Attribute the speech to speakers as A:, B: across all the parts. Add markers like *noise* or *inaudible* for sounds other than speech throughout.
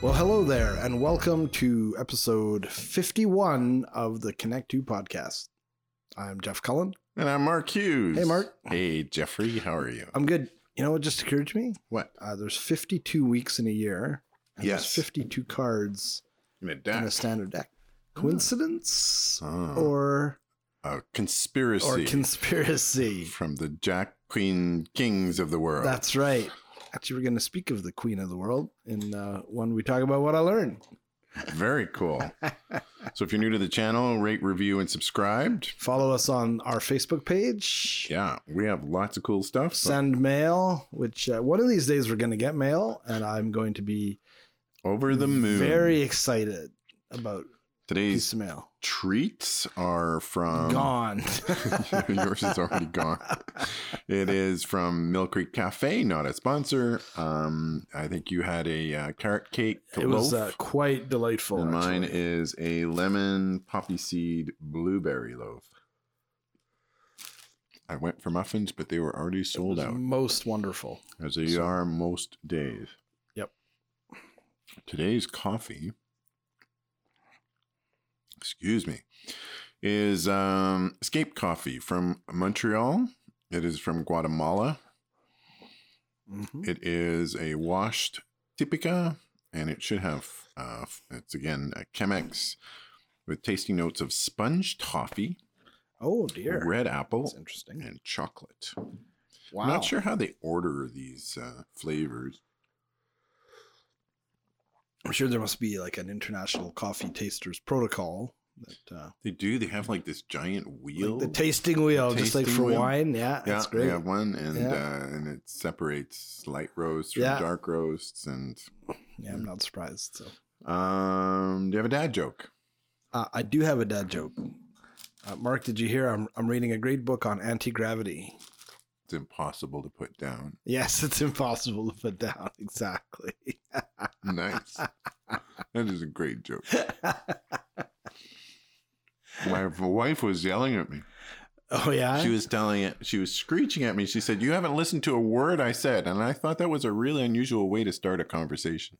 A: Well, hello there, and welcome to episode 51 of the Connect 2 podcast. I'm Jeff Cullen.
B: And I'm Mark Hughes.
A: Hey, Mark.
B: Hey, Jeffrey. How are you?
A: I'm good. You know what just occurred to me?
B: What?
A: Uh, there's 52 weeks in a year. And
B: Yes.
A: There's 52 cards
B: In a
A: in a
B: desk.
A: standard deck. Coincidence
B: Ah.
A: or
B: A conspiracy
A: Oh. or
B: *laughs*
A: conspiracy?
B: from the Jack Queen Kings of the world.
A: That's right. Actually, we're going to speak of the Queen of the World in uh, when we talk about what I learned.
B: Very
A: *laughs*
B: cool. so if you're new to the channel, rate, review, and subscribe.
A: Follow us on our Facebook page.
B: Yeah, we have lots of cool stuff.
A: send mail, which uh, one of these days we're going to get mail, and I'm going to be
B: Over the moon.
A: very excited about
B: Today's
A: piece of mail.
B: treats are from.
A: Gone.
B: *laughs* Yours is already gone. It is from Mill Creek Cafe, not a sponsor. Um, I think you had a uh, carrot cake.
A: it was
B: loaf.
A: uh, quite delightful.
B: And mine
A: actually.
B: is a lemon poppy seed blueberry loaf. I went for muffins, but they were already sold
A: It was
B: out,
A: most wonderful.
B: as they are most days.
A: Yep.
B: Today's coffee, excuse me, is um, Escape Coffee from Montreal. It is from Guatemala.
A: Mhm.
B: It is a washed typica, and it should have. Uh, it's again a Chemex with tasting notes of sponge toffee,
A: Oh dear.
B: red
A: That's
B: apple,
A: interesting.
B: and chocolate.
A: Wow.
B: I'm not sure how they order these uh, flavors.
A: I'm sure there must be like an international coffee tasters protocol that uh,
B: They do. They have like this giant wheel.
A: like the tasting wheel, just like
B: tasting
A: for
B: wheel?
A: wine. Yeah,
B: yeah,
A: that's
B: they
A: great.
B: have one, and
A: Yeah.
B: uh, and it separates light roasts from
A: Yeah.
B: dark roasts. And
A: Yeah, I'm not surprised. So.
B: um, do you have a dad joke?
A: Uh, I do have a dad joke. Uh, Mark, did you hear? I'm, I'm reading a great book on anti gravity.
B: It's impossible to put down.
A: *laughs* Yes, it's impossible to put down. *laughs* Exactly.
B: Nice. that is a great *laughs* joke. My wife was yelling at me.
A: oh, yeah?
B: She was telling it. She was screeching at me. She said, "You haven't listened to a word I said," and I thought that was a really unusual way to start
A: *laughs*
B: a conversation.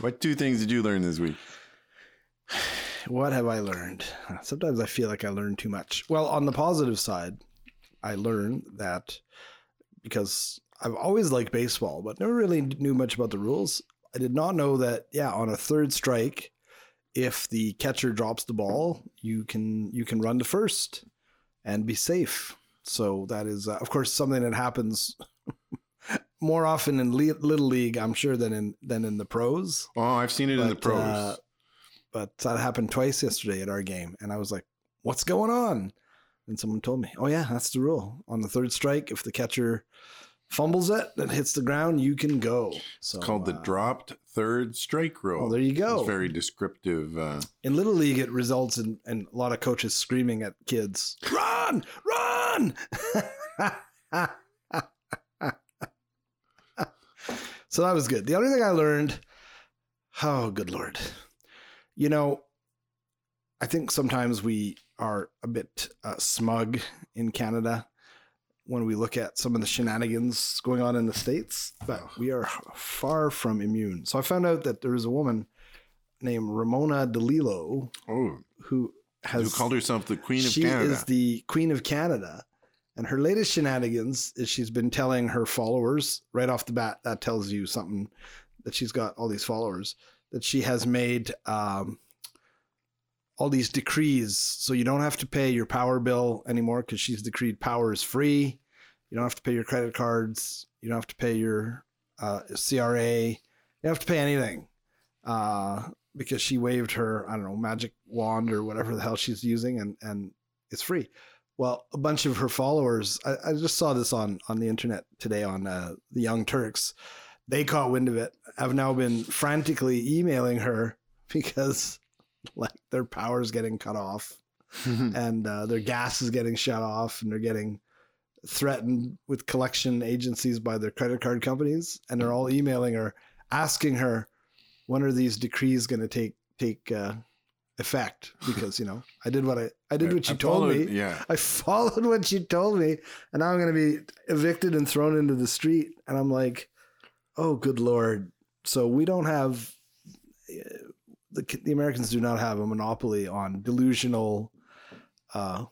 B: what two things did you learn this week?
A: what have I learned? Ah, Sometimes I feel like I learn too much. Well, on the positive side, I learned that because I've always liked baseball, but never really knew much about the rules. I did not know that, yeah, on a third strike, if the catcher drops the ball, you can you can run to first and be safe. So that is, uh, of course, something that happens *laughs* more often in le- little league, I'm sure, than in than in the pros
B: Oh, I've seen it in the
A: But,
B: pros.
A: uh, but that happened twice yesterday at our game and i was like what's going on and someone told me oh yeah that's the rule on the third strike if the catcher fumbles it and hits the ground you can go so
B: it's called the
A: uh,
B: dropped third strike rule.
A: well Oh, there you go
B: It's very descriptive. Uh,
A: in little league it results in, in a lot of coaches screaming at kids run run *laughs* so that was good the only thing i learned oh good lord you know i think sometimes we are a bit uh, smug in canada when we look at some of the shenanigans going on in the states but we are far from immune so i found out that there is a woman named ramona delilo
B: oh,
A: who has
B: who called herself the Queen of
A: she
B: Canada?
A: is the queen of Canada, and her latest shenanigans is she's been telling her followers right off the bat. That tells you something that she's got all these followers that she has made um, all these decrees, so you don't have to pay your power bill anymore because she's decreed power is free. You don't have to pay your credit cards. You don't have to pay your uh, CRA. You don't have to pay anything. Uh, because she waved her I don't know magic wand or whatever the hell she's using, and and it's free. Well, a bunch of her followers, I, I just saw this on on the internet today on uh, the Young Turks. They caught wind of it. Have now been frantically emailing her *laughs* because like their power's getting cut off
B: Mm.
A: and uh, their gas is getting shut off and they're getting threatened with collection agencies by their credit card companies and they're
B: Mm.
A: all emailing her asking her when are these decrees going to take take uh, effect because you know I did what I I *laughs* did
B: I-
A: what you
B: I
A: told me.
B: followed- Yeah.
A: I *laughs* followed what she told me, and now I'm going to be evicted and thrown into the street. And I'm like, oh, good lord! So we don't have uh, the the Americans do not have a monopoly on delusional uh,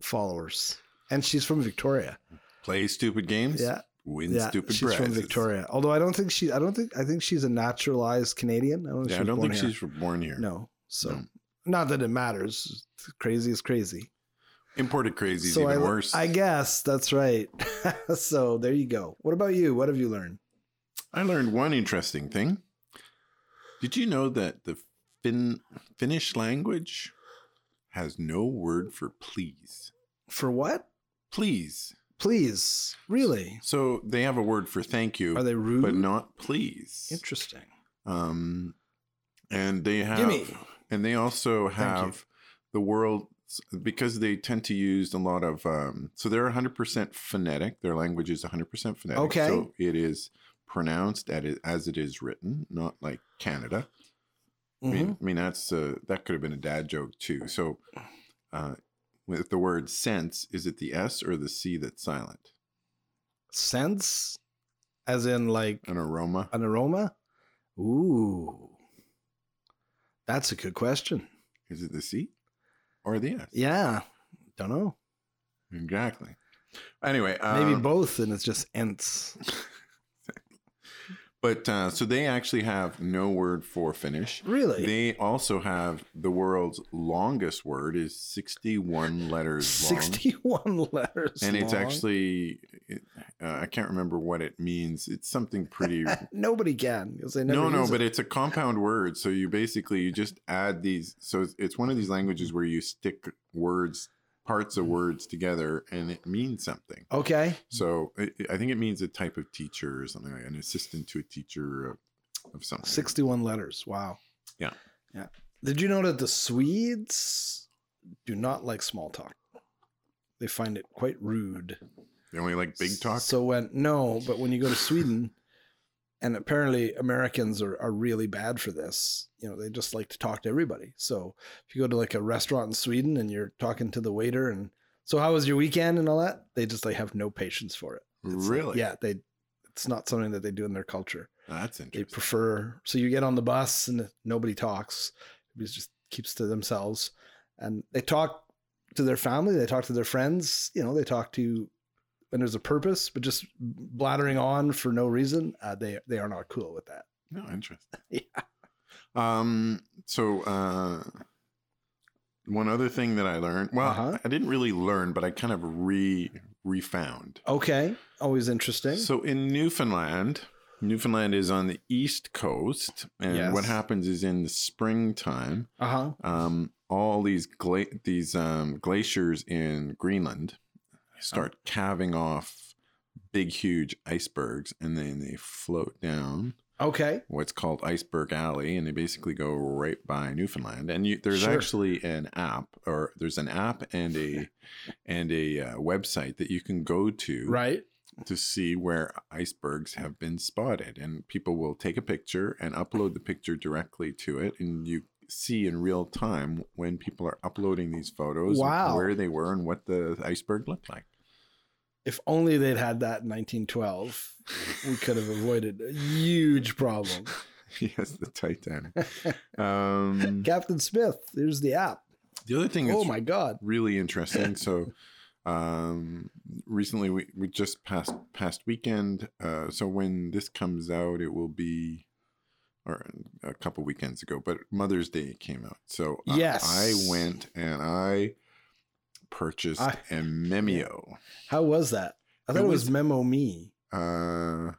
A: followers. And she's from Victoria.
B: Play stupid games.
A: Yeah,
B: Win
A: yeah,
B: stupid
A: she's from
B: prizes.
A: Victoria. Although I don't think she, I don't think, I think she's a naturalized Canadian. I don't, know
B: Yeah,
A: she
B: I
A: was
B: don't
A: born
B: think
A: here.
B: she's born here.
A: No, so
B: No.
A: not that it matters. Crazy is crazy.
B: Imported crazy is
A: So
B: even
A: I,
B: worse.
A: I
B: I,
A: guess that's right. *laughs* so there you go. What about you? What have you learned?
B: learned one interesting thing. Did you know that the fin- Finnish language has no word for please?
A: For what?
B: Please.
A: Please. Really?
B: So they have a word for thank you,
A: Are they rude?
B: but not please.
A: Interesting.
B: Um, and they have,
A: Gimme.
B: and they also
A: you.
B: have the world because they tend to use a lot of. Um, so they're 100% phonetic. Their language is 100% phonetic.
A: Okay.
B: So it is pronounced at it, as it is written, not like Canada. I
A: Mhm.
B: mean, I mean that's uh, that could have been a dad joke too. So, uh, with the word sense, is it the S or the C that's silent?
A: Sense? As in like
B: An aroma.
A: an aroma? Ooh. That's a good question.
B: Is it the C or the S?
A: Yeah. Don't know.
B: Exactly. Anyway,
A: Maybe
B: um,
A: both, and it's just ents.
B: *laughs* But uh, so they actually have no word for Finnish.
A: Really?
B: They also have the world's longest word is 61 letters long.
A: 61 *laughs* letters.
B: and it's
A: long.
B: actually it, uh, I can't remember what it means. It's
A: *laughs*
B: something pretty
A: Nobody can because they never
B: No, no,
A: use
B: but
A: it.
B: it's a compound word. So you basically you just add these so it's, it's one of these languages where you stick words parts
A: Mm.
B: of words together and it means something.
A: Okay.
B: So it, I think it means a type of teacher or something like an assistant to a teacher of, of something.
A: 61 letters. Wow.
B: Yeah.
A: Yeah. Did you know that the Swedes do not like small talk? They find it quite rude.
B: They only like big talk.
A: So when no, but when you go to Sweden, and apparently Americans are, are really bad for this. You know, they just like to talk to everybody. So if you go to like a restaurant in Sweden and you're talking to the waiter and so how was your weekend and all that, they just like have no patience for it. It's like,
B: really?
A: yeah, they it's not something that they do in their culture
B: That's
A: they
B: interesting.
A: prefer so you get on the bus and nobody talks everybody just keeps to themselves and they talk to their family they talk to their friends you know they talk to and there's a purpose but just blathering on for no reason uh, they they are not cool with that
B: no, interesting.
A: *laughs* Yeah.
B: Um. So, uh, one other thing that I learned. Well,
A: Uh-huh.
B: I didn't really learn, but I kind of re refound.
A: okay always interesting
B: So in Newfoundland, Newfoundland is on the east coast, and
A: Yes.
B: what happens is in the springtime,
A: uh-huh
B: um, all these gla- these um, glaciers in Greenland start calving off big, huge icebergs, and then they float down
A: okay
B: what's called Iceberg Alley, and they basically go right by Newfoundland. And you, there's
A: Sure.
B: actually an app, or there's an app and a and a uh, website that you can go to
A: right
B: to see where icebergs have been spotted and people will take a picture and upload the picture directly to it and you see in real time when people are uploading these photos
A: Wow.
B: where they were and what the iceberg looked like *laughs*
A: if only they'd had that in 1912 we could have avoided a huge
B: *laughs*
A: problem
B: yes
A: *laughs*
B: the titanic um,
A: captain smith here's the app
B: the other thing that's
A: oh my god
B: really
A: *laughs*
B: interesting so um recently we, we just passed past weekend uh so when this comes out it will be or a couple weekends ago but mother's day came out so uh, I-
A: Yes.
B: i, went and i purchased
A: I-
B: a memeo
A: how was that i thought
B: It
A: it was
B: was-
A: memo me
B: uh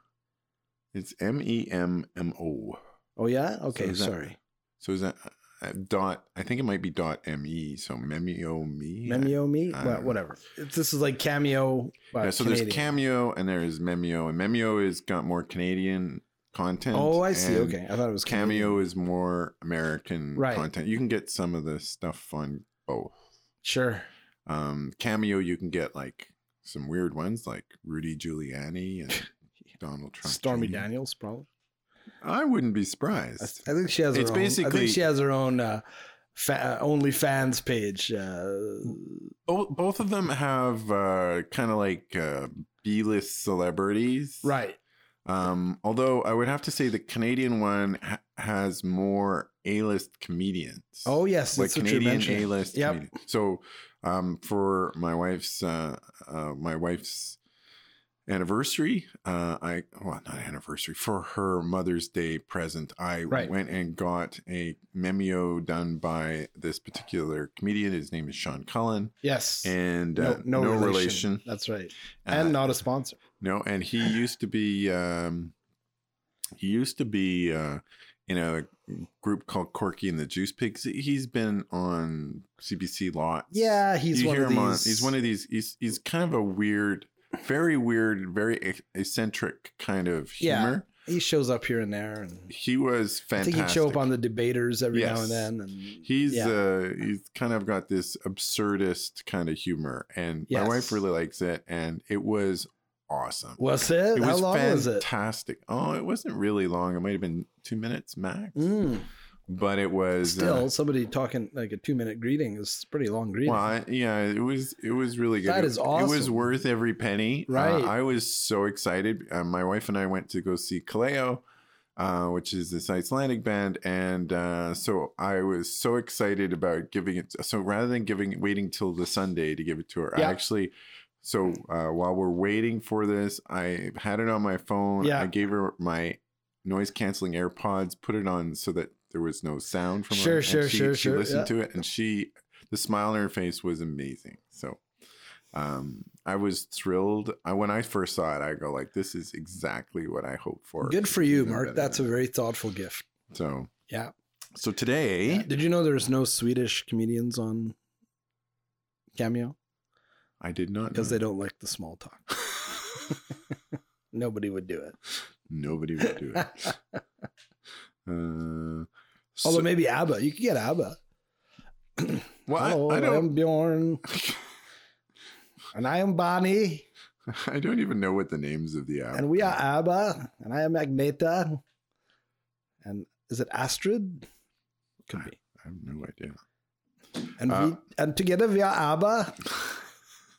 B: it's E m-e-m-m-o
A: Oh yeah. Okay.
B: is that-
A: sorry.
B: so is that uh, dot i think it might be dot me so memeo me
A: Memeo me. Well,
B: I don't know.
A: whatever. It's, this is like cameo. But
B: yeah, so
A: Canadian.
B: there's Cameo and there is Memeo, and Memeo has got more Canadian content.
A: Oh, I see.
B: and
A: Okay, I thought it was
B: Cameo
A: Canadian.
B: is more American
A: Right.
B: content. You can get some of the stuff on both.
A: Sure.
B: Um, Cameo, you can get like some weird ones like Rudy
A: *laughs*
B: Giuliani and Donald Trump.
A: Stormy
B: Jr.
A: Daniels, probably.
B: I wouldn't be
A: I,
B: surprised.
A: I think she has.
B: It's
A: her own, I
B: basically-
A: think she has her own uh, fa- OnlyFans page. Uh,
B: Oh, both of them have uh, kind of like uh, B-list celebrities,
A: right.
B: Um, although I would have to say the Canadian one ha- has more A-list comedians.
A: Oh yes,
B: like
A: that's what you're
B: Canadian
A: mentioning.
B: A-list.
A: Yep.
B: comedians. So, um, for my wife's uh, uh, my wife's anniversary, uh, I well not anniversary for her Mother's Day present, I
A: Right.
B: went and got a memeo done by this particular comedian. His name is Sean Cullen,
A: Yes.
B: and
A: no,
B: uh,
A: no, relation.
B: relation.
A: That's right.
B: Uh,
A: and not a sponsor.
B: no, and he used to be um, he used to be uh, in a group called Corky and the Juice Pigs. He's been on CBC lots.
A: Yeah, he's
B: you
A: one
B: hear
A: of
B: him
A: these.
B: on. He's one of these. He's he's kind of a weird, very weird, very ec- eccentric kind of
A: Yeah.
B: humor.
A: he shows up here and there, and
B: He was
A: I
B: fantastic.
A: think he'd show up on the debaters every now
B: Yes.
A: and then. And
B: He's
A: yeah.
B: uh he's kind of got this absurdist kind of humor, and my wife
A: Yes.
B: really likes it, and it was awesome.
A: was it?
B: It
A: How
B: was
A: long was it?
B: fantastic. Oh, it wasn't really long. It might have been two minutes max,
A: Mm,
B: but it was uh,
A: still, somebody talking like a two-minute greeting is a pretty long greeting.
B: well, I- yeah, it was it was really good.
A: That
B: It-
A: is
B: It was
A: awesome.
B: worth every penny. Uh,
A: Right.
B: I was so excited. Uh, my wife and I went to go see Kaleo, uh, which is this Icelandic band, and uh, so I was so excited about giving it. So rather than giving waiting till the Sunday to give it to her,
A: Yeah.
B: I actually. So uh, while we're waiting for this, I had it on my phone.
A: Yeah.
B: I gave her my noise canceling AirPods, put it on so that there was no sound from
A: Sure,
B: her. and
A: sure,
B: she,
A: sure,
B: She
A: sure,
B: listened
A: yeah.
B: to it, and she the smile on her face was amazing. So um I was thrilled. I when I first saw it, I go like this is exactly what I hoped for.
A: Good for you,
B: Even *laughs*
A: Mark.
B: better.
A: That's a very thoughtful gift.
B: so
A: Yeah.
B: So today
A: Did you know there's no Swedish comedians on Cameo
B: I did not
A: because
B: know.
A: they don't like the small
B: *laughs*
A: talk. Nobody would do it.
B: nobody would do
A: *laughs*
B: it. Uh
A: Although
B: so-
A: maybe ABBA, you could get ABBA.
B: well, I-
A: Hello,
B: I,
A: I,
B: don't
A: am
B: *laughs*
A: Bjorn, and I am Bonnie,
B: *laughs* I don't even know what the names of the app
A: and we are ABBA, and I am Agneta, and is it Astrid? Could be.
B: I have no idea.
A: And
B: Uh,
A: we and together we are ABBA,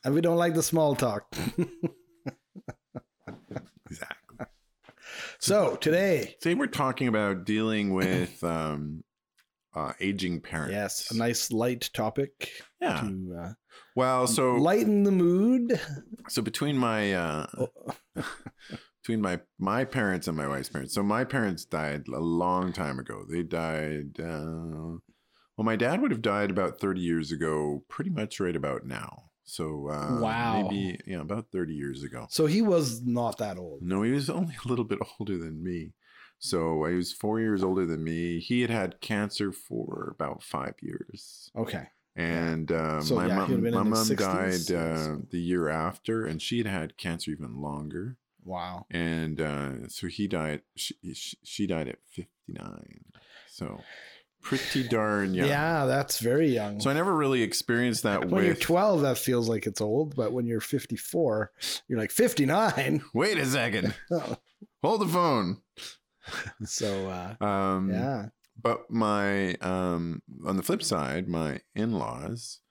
A: and we don't like the small talk. *laughs*
B: Exactly.
A: so today,
B: Today we're talking about dealing with um, uh, aging parents.
A: yes, a nice light topic
B: yeah.
A: to uh,
B: Well, so
A: lighten the mood.
B: so between my uh,
A: Oh,
B: between my my parents and my wife's parents. So my parents died a long time ago. They died. Uh, well, my dad would have died about thirty years ago, pretty much right about now. So uh,
A: Wow.
B: maybe yeah, about thirty years ago.
A: so he was not that old.
B: No, he was *laughs* only a little bit older than me. So he was four years older than me. He had had cancer for about five years.
A: Okay.
B: And um,
A: So,
B: my
A: yeah, he would've
B: mom,
A: been
B: my
A: in his 60s,
B: mom died uh,
A: so-
B: the year after, and she had had cancer even longer.
A: Wow.
B: And uh, so he died. She, she she died at fifty nine. So pretty darn
A: Yeah,
B: young.
A: that's very young.
B: So I never really experienced that
A: when you're
B: with.
A: 12, that feels like it's old, but when you're 54, you're like 59.
B: Wait a second. Hold the phone.
A: *laughs* so uh,
B: Um,
A: yeah,
B: but my um on the flip side my in-laws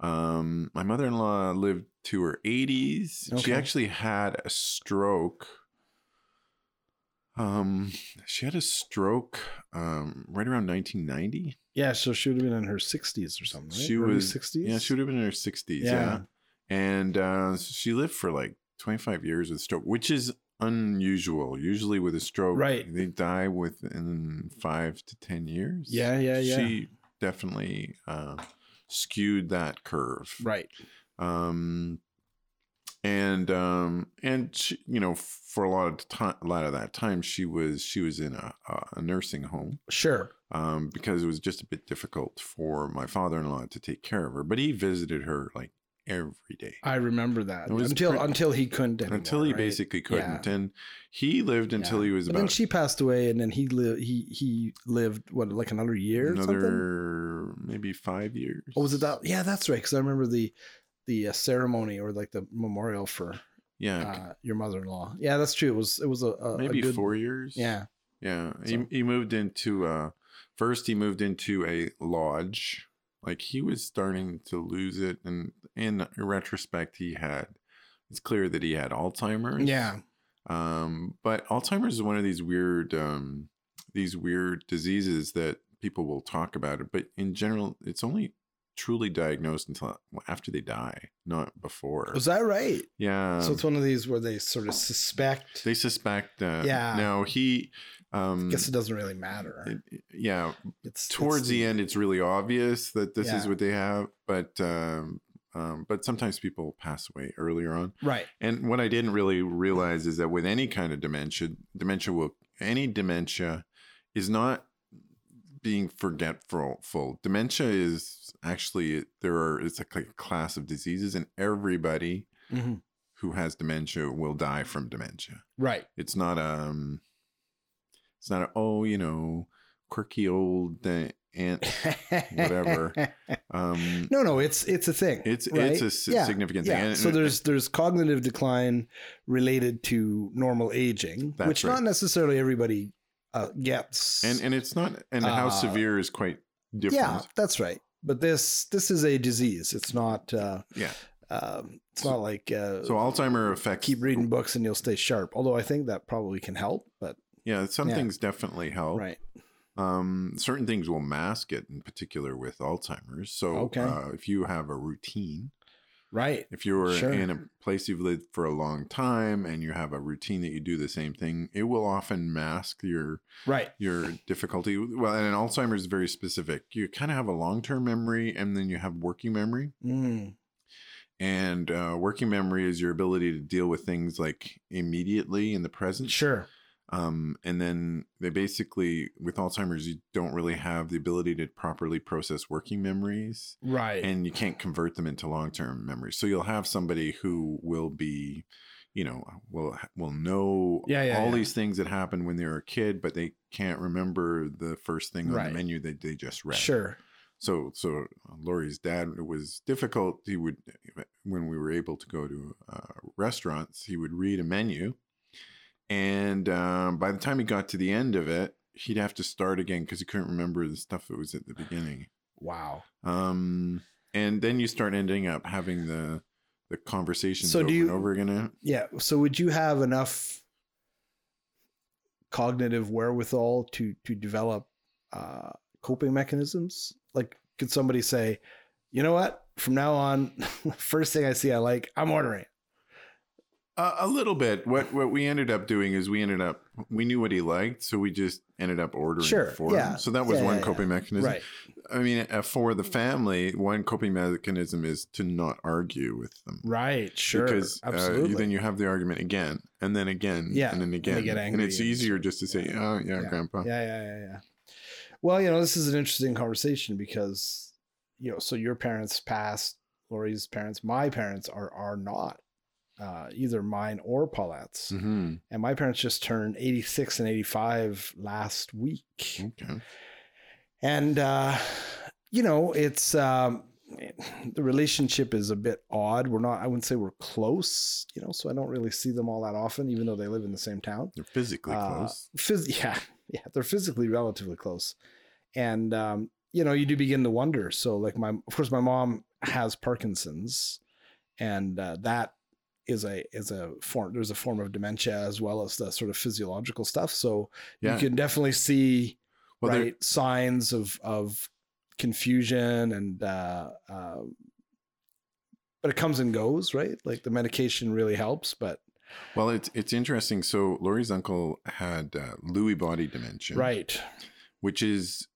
B: um my mother-in-law lived to her 80s
A: Okay.
B: she actually had a stroke um she had a stroke um right around 1990
A: yeah. So she would have been in her 60s or something. Right?
B: She
A: Early
B: was-
A: 60s.
B: yeah she would have been in her 60s yeah,
A: Yeah.
B: and uh she lived for like 25 years with stroke which is unusual usually with a stroke
A: Right.
B: they die within five to ten years
A: Yeah, yeah, yeah.
B: she definitely uh, skewed that curve.
A: right.
B: Um, and um, and she, you know, for a lot of time, a lot of that time, she was she was in a, a nursing home
A: Sure.
B: um, because it was just a bit difficult for my father in law to take care of her. But he visited her like every day
A: I remember that
B: It was
A: until
B: pretty-
A: until he couldn't anymore.
B: until he
A: right?
B: basically couldn't, and he lived until
A: Yeah.
B: he was
A: But
B: about
A: then she passed away, and then he lived. He he lived what like another year. or something?
B: another maybe five years.
A: Oh, was it that? Yeah, that's right. Because I remember the the uh, ceremony or like the memorial for
B: Yeah,
A: uh, your mother in law. Yeah, that's true. It was it was Ah, a, a a
B: maybe
A: good,
B: four years.
A: Yeah,
B: Yeah,
A: So-
B: he, he moved into uh first he moved into a lodge. Like he was starting to lose it, and in retrospect, he had. It's clear that he had Alzheimer's.
A: Yeah.
B: Um, but Alzheimer's is one of these weird, um, these weird diseases that people will talk about it. But in general, it's only truly diagnosed until after they die, not before.
A: Was that right?
B: yeah.
A: so it's one of these where they sort of suspect.
B: Um, they suspect. Uh,
A: Yeah.
B: No, he. Um,
A: guess it doesn't really matter.
B: it- it- yeah.
A: It's
B: Towards
A: it's
B: the end, it's really obvious that this is
A: Yeah.
B: what they have, but um, um, but sometimes people pass away earlier on.
A: Right.
B: And what I didn't really realize is that with any kind of dementia, dementia will any dementia is not being forgetful. Full dementia is actually there are it's like a class of diseases, and everybody
A: Mhm.
B: who has dementia will die from dementia.
A: Right.
B: It's not um, it's not a, oh you know quirky old uh, aunt. Whatever. Um,
A: *laughs* No, no, it's it's a thing.
B: it's
A: right?
B: it's a s-
A: Yeah,
B: significant thing.
A: Yeah.
B: And-
A: So there's there's cognitive decline related to normal aging,
B: That's
A: which
B: right.
A: not necessarily everybody uh, gets.
B: and and it's not and how
A: Uh,
B: severe is quite different.
A: yeah, that's right. But this this is a disease. It's not. Uh,
B: Yeah.
A: Um, it's
B: So-
A: not like uh,
B: So Alzheimer affects.
A: keep reading books and you'll stay sharp. Although I think that probably can help. But
B: Yeah, some
A: Yeah.
B: things definitely help.
A: right.
B: Um, certain things will mask it, in particular with Alzheimer's. So
A: Okay.
B: uh, if you have a routine,
A: Right.
B: if you're
A: Sure.
B: in a place you've lived for a long time and you have a routine that you do the same thing, it will often mask your
A: Right.
B: your difficulty. Well, and Alzheimer's is very specific. You kind of have a long term memory, and then you have working memory.
A: Mm.
B: And uh, working memory is your ability to deal with things like immediately in the present.
A: Sure.
B: Um, and then they basically, with Alzheimer's, you don't really have the ability to properly process working memories
A: Right.
B: and you can't convert them into long term memories. So you'll have somebody who will be, you know, will will know
A: Yeah, yeah,
B: all
A: yeah.
B: these things that happened when they were a kid, but they can't remember the first thing on
A: Right.
B: the menu that they just read.
A: Sure.
B: So so uh, Lori's dad it was difficult. He would uh, when we were able to go to uh, restaurants, he would read a menu, and um, by the time he got to the end of it, he'd have to start again because he couldn't remember the stuff that was at the beginning.
A: Wow.
B: Um, and then you start ending up having the the conversations
A: So do
B: over
A: you-
B: and over again.
A: Yeah. So would you have enough cognitive wherewithal to to develop uh, coping mechanisms? Like, could somebody say, you know what? From now on, *laughs* first thing I see, I like, I'm ordering. it."
B: Uh, a little bit. What what we ended up doing is we ended up we knew what he liked, so we just ended up ordering
A: Sure,
B: for
A: yeah.
B: him. So that was
A: Yeah,
B: one
A: yeah,
B: coping mechanism.
A: Right.
B: I mean, uh, for
A: Mm.
B: the family, one coping mechanism is to not argue with them.
A: Right. Sure.
B: Because uh, you-
A: Absolutely.
B: then you have the argument again, and then again,
A: Yeah,
B: and then again.
A: get
B: and
A: angry
B: it's
A: and-
B: easier just to say,
A: yeah.
B: oh, yeah,
A: Yeah.
B: Grandpa.
A: yeah. Yeah. Yeah. Yeah. Well, you know, this is an interesting conversation because you know, so your parents passed, Lori's parents, my parents are are not uh, either mine or Paulette's.
B: hmm
A: and my parents just turned 86 and 85 last week
B: Okay.
A: and uh you know it's um the relationship is a bit odd we're not i wouldn't say we're close you know so i don't really see them all that often even though they live in the same town
B: They're physically
A: Uh,
B: close.
A: Phys- *laughs* yeah yeah they're physically relatively close and um you know you do begin to wonder so like my of course my mom has parkinson's and uh, that is a is a form there's a form of dementia as well as the sort of physiological stuff so
B: Yeah.
A: you can definitely see
B: well, they're-
A: right signs of of confusion and uh, uh, but it comes and goes right like the medication really helps but
B: well, it's it's interesting. So Lori's uncle had uh, Lewy body dementia,
A: right
B: Which is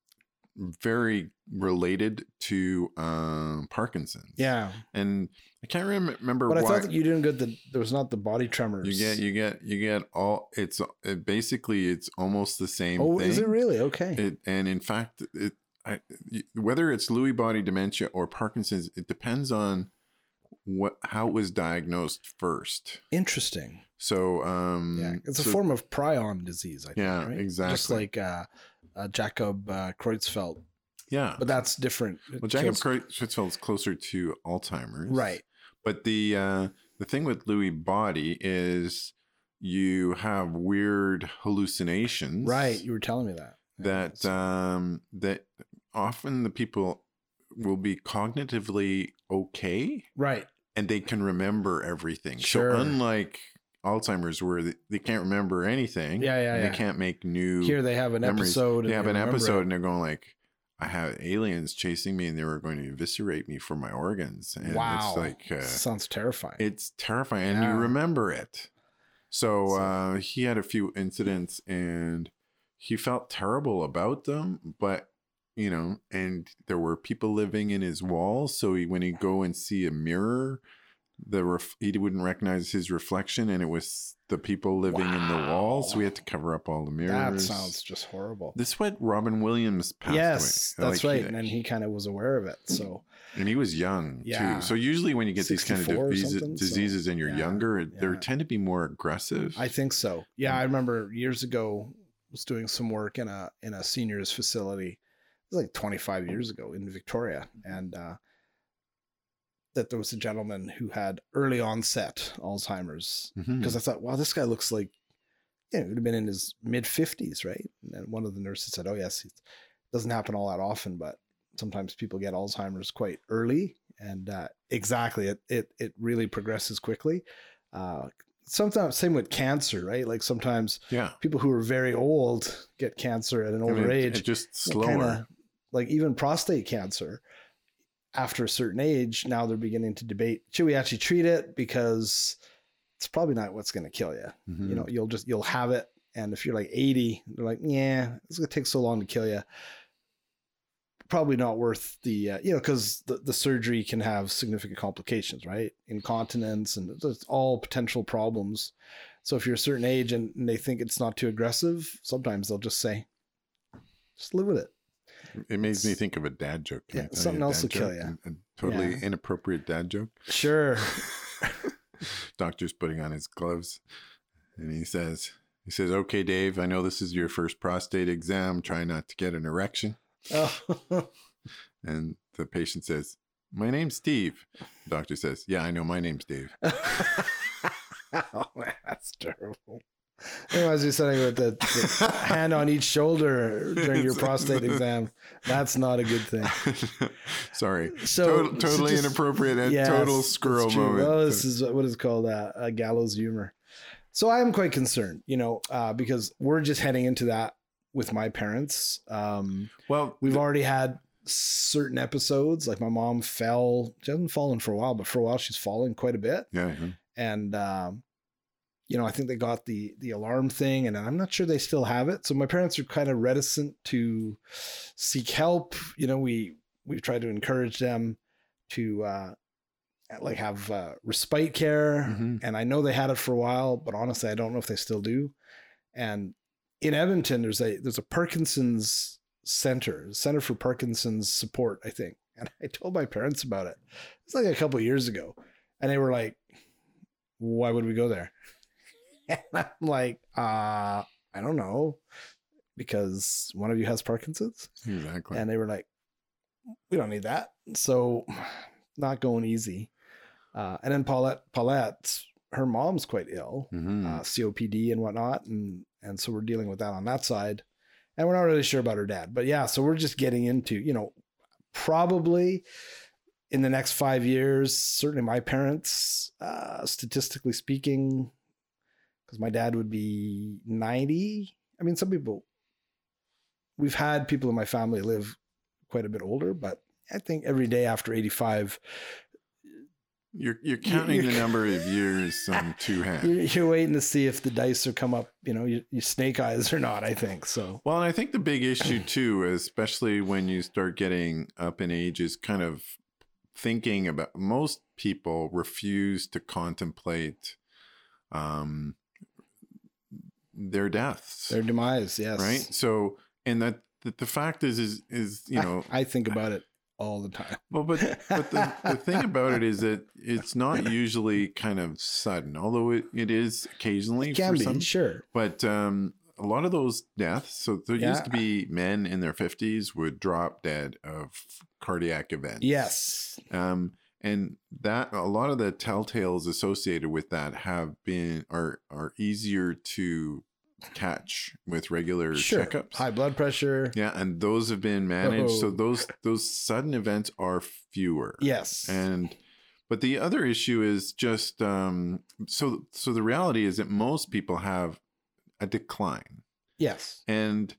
B: very related to um, Parkinson's.
A: yeah
B: and I can't rem- remember.
A: but i
B: why.
A: thought that you didn't get the there was not the body tremors
B: You get, you get, you get all. It's it, basically it's almost the same
A: oh
B: thing.
A: is it really okay
B: It- and in fact, it I, whether it's Lewy body dementia or Parkinson's, it depends on what how it was diagnosed first.
A: interesting
B: So um,
A: yeah it's a
B: so-
A: form of prion disease i think
B: Yeah,
A: right? just
B: exactly.
A: like uh, uh jacob uh, kreutzfeldt
B: Yeah.
A: but that's different It
B: well, Jacob
A: kills-
B: Creutzfeldt is closer to Alzheimer's,
A: right
B: But the uh, the thing with Lewy body is you have weird hallucinations,
A: right you were telling me that
B: that um, that often the people will be cognitively okay
A: right.
B: and they can remember everything.
A: Sure.
B: So unlike Alzheimer's, where they, they can't remember anything,
A: Yeah, yeah,
B: and
A: yeah.
B: they can't make new.
A: Here they have an
B: memories.
A: episode. and
B: they have an
A: remember it.
B: episode, and they're going like, "I have aliens chasing me, and they were going to eviscerate me for my organs." And
A: Wow.
B: it's like uh,
A: Sounds terrifying.
B: it's terrifying and
A: Yeah.
B: you remember it so,
A: So-
B: uh, he had a few incidents and he felt terrible about them but you know and there were people living in his walls so he, when he'd go and see a mirror the ref- he wouldn't recognize his reflection and it was the people living in the walls so we had to cover up all the
A: that
B: mirrors
A: sounds just horrible.
B: this is what robin williams passed
A: Yes,
B: away.
A: that's
B: Like,
A: right. and then he kind of was aware of it. So
B: and he was young
A: Yeah.
B: too. So usually when you get these kind of
A: 64 or
B: disease,
A: something, so-
B: diseases and you're
A: yeah,
B: younger, they
A: yeah.
B: tend to be more aggressive.
A: I think so. Yeah, I remember years ago was doing some work in a in a seniors facility. It was like 25 years ago in Victoria, and uh, that there was a gentleman who had early onset Alzheimer's
B: Mhm.
A: because I thought, wow, this guy looks like, you know, he would have been in his mid 50s, right? And then one of the nurses said, oh, yes, it doesn't happen all that often, but sometimes people get Alzheimer's quite early. And uh, exactly, it, it, it really progresses quickly. Uh, sometimes, same with cancer, right? Like sometimes
B: yeah.
A: people who are very old get cancer at an
B: I
A: older
B: mean, it-
A: age
B: it just slower.
A: kinda- like even prostate cancer after a certain age now they're beginning to debate should we actually treat it because it's probably not what's going to kill you
B: Mhm.
A: you know you'll just you'll have it and if you're like 80 they're like yeah it's going to take so long to kill you probably not worth the uh, you know because the, the surgery can have significant complications right incontinence and it's all potential problems so if you're a certain age and, and they think it's not too aggressive sometimes they'll just say just live with it
B: it made me
A: it's-
B: think of a dad joke. Can I
A: yeah,
B: tell you a
A: something else
B: dad
A: will kill
B: joke?
A: ya.
B: A- a totally
A: Yeah.
B: inappropriate dad joke.
A: *laughs* Sure.
B: Doctor's putting on his gloves and he says, he says, okay, Dave, I know this is your first prostate exam. Try not to get an erection.
A: Oh.
B: And the patient says, my name's Steve. Doctor says, yeah, I know my name's Dave.
A: *laughs*
B: *laughs*
A: Oh, man, that's terrible. Reminds me of something with the, the
B: *laughs*
A: hand on each shoulder during your
B: It's-
A: prostate exam. That's not a good thing.
B: *laughs* Sorry.
A: So so
B: Total- totally
A: just-
B: inappropriate and
A: yes,
B: total
A: that's
B: squirrel
A: true.
B: moment.
A: Oh, this is what is called uh, a gallows humor. So I am quite concerned, you know, uh, because we're just heading into that with my parents. Um,
B: well,
A: We've
B: th-
A: already had certain episodes. Like my mom fell. She hasn't fallen for a while, but for a while she's fallen quite a bit.
B: yeah, yeah.
A: And um, you know, I think they got the the alarm thing, and I'm not sure they still have it. So my parents are kind of reticent to seek help. You know, we we've tried to encourage them to uh, like have uh, respite care,
B: Mhm.
A: and I know they had it for a while, but honestly, I don't know if they still do. And in Edmonton, there's a there's a Parkinson's center, Center for Parkinson's Support, I think. And *laughs* I told my parents about it. It's like a couple of years ago, and they were like, "Why would we go there?" *laughs* And I'm like, "Uh, I don't know, because one of you has Parkinson's."
B: exactly.
A: And they were like, we don't need that. So *sighs* not going easy. Uh, and then Paulette, Paulette's, her mom's quite ill,
B: Mhm.
A: uh, COPD and whatnot. And, and so we're dealing with that on that side. And we're not really sure about her dad. But yeah, so we're just getting into, you know, probably in the next five years, certainly my parents, uh, statistically speaking, because my dad would be 90. I mean, some people, we've had people in my family live quite a bit older, but I think every day after 85,
B: you're you're counting
A: you're- *laughs*
B: the number of years on two hands.
A: you're, you're waiting to see if the dice are come up, you know, your, your snake eyes or not, I think. So,
B: Well, and I think the big issue
A: *clears throat*
B: too, especially when you start getting up in age, is kind of thinking about. Most people refuse to contemplate um, their deaths,
A: their demise, yes.
B: right? So, and that, that the fact is, is is
A: *laughs*
B: you know,
A: I think about it all the time.
B: well, but but the,
A: *laughs*
B: the thing about it is that it's not usually kind of sudden, although it, it is occasionally
A: It can
B: for
A: be,
B: some
A: sure.
B: But um, a lot of those deaths, so there
A: Yeah.
B: used to be men in their 50s would drop dead of cardiac events.
A: Yes.
B: Um, and that a lot of the telltales associated with that have been are are easier to catch with regular
A: Sure.
B: checkups.
A: High blood pressure.
B: Yeah, and those have been managed. So
A: Oh.
B: those those sudden events are fewer.
A: Yes.
B: And but the other issue is just um so so the reality is that most people have a decline.
A: yes.
B: And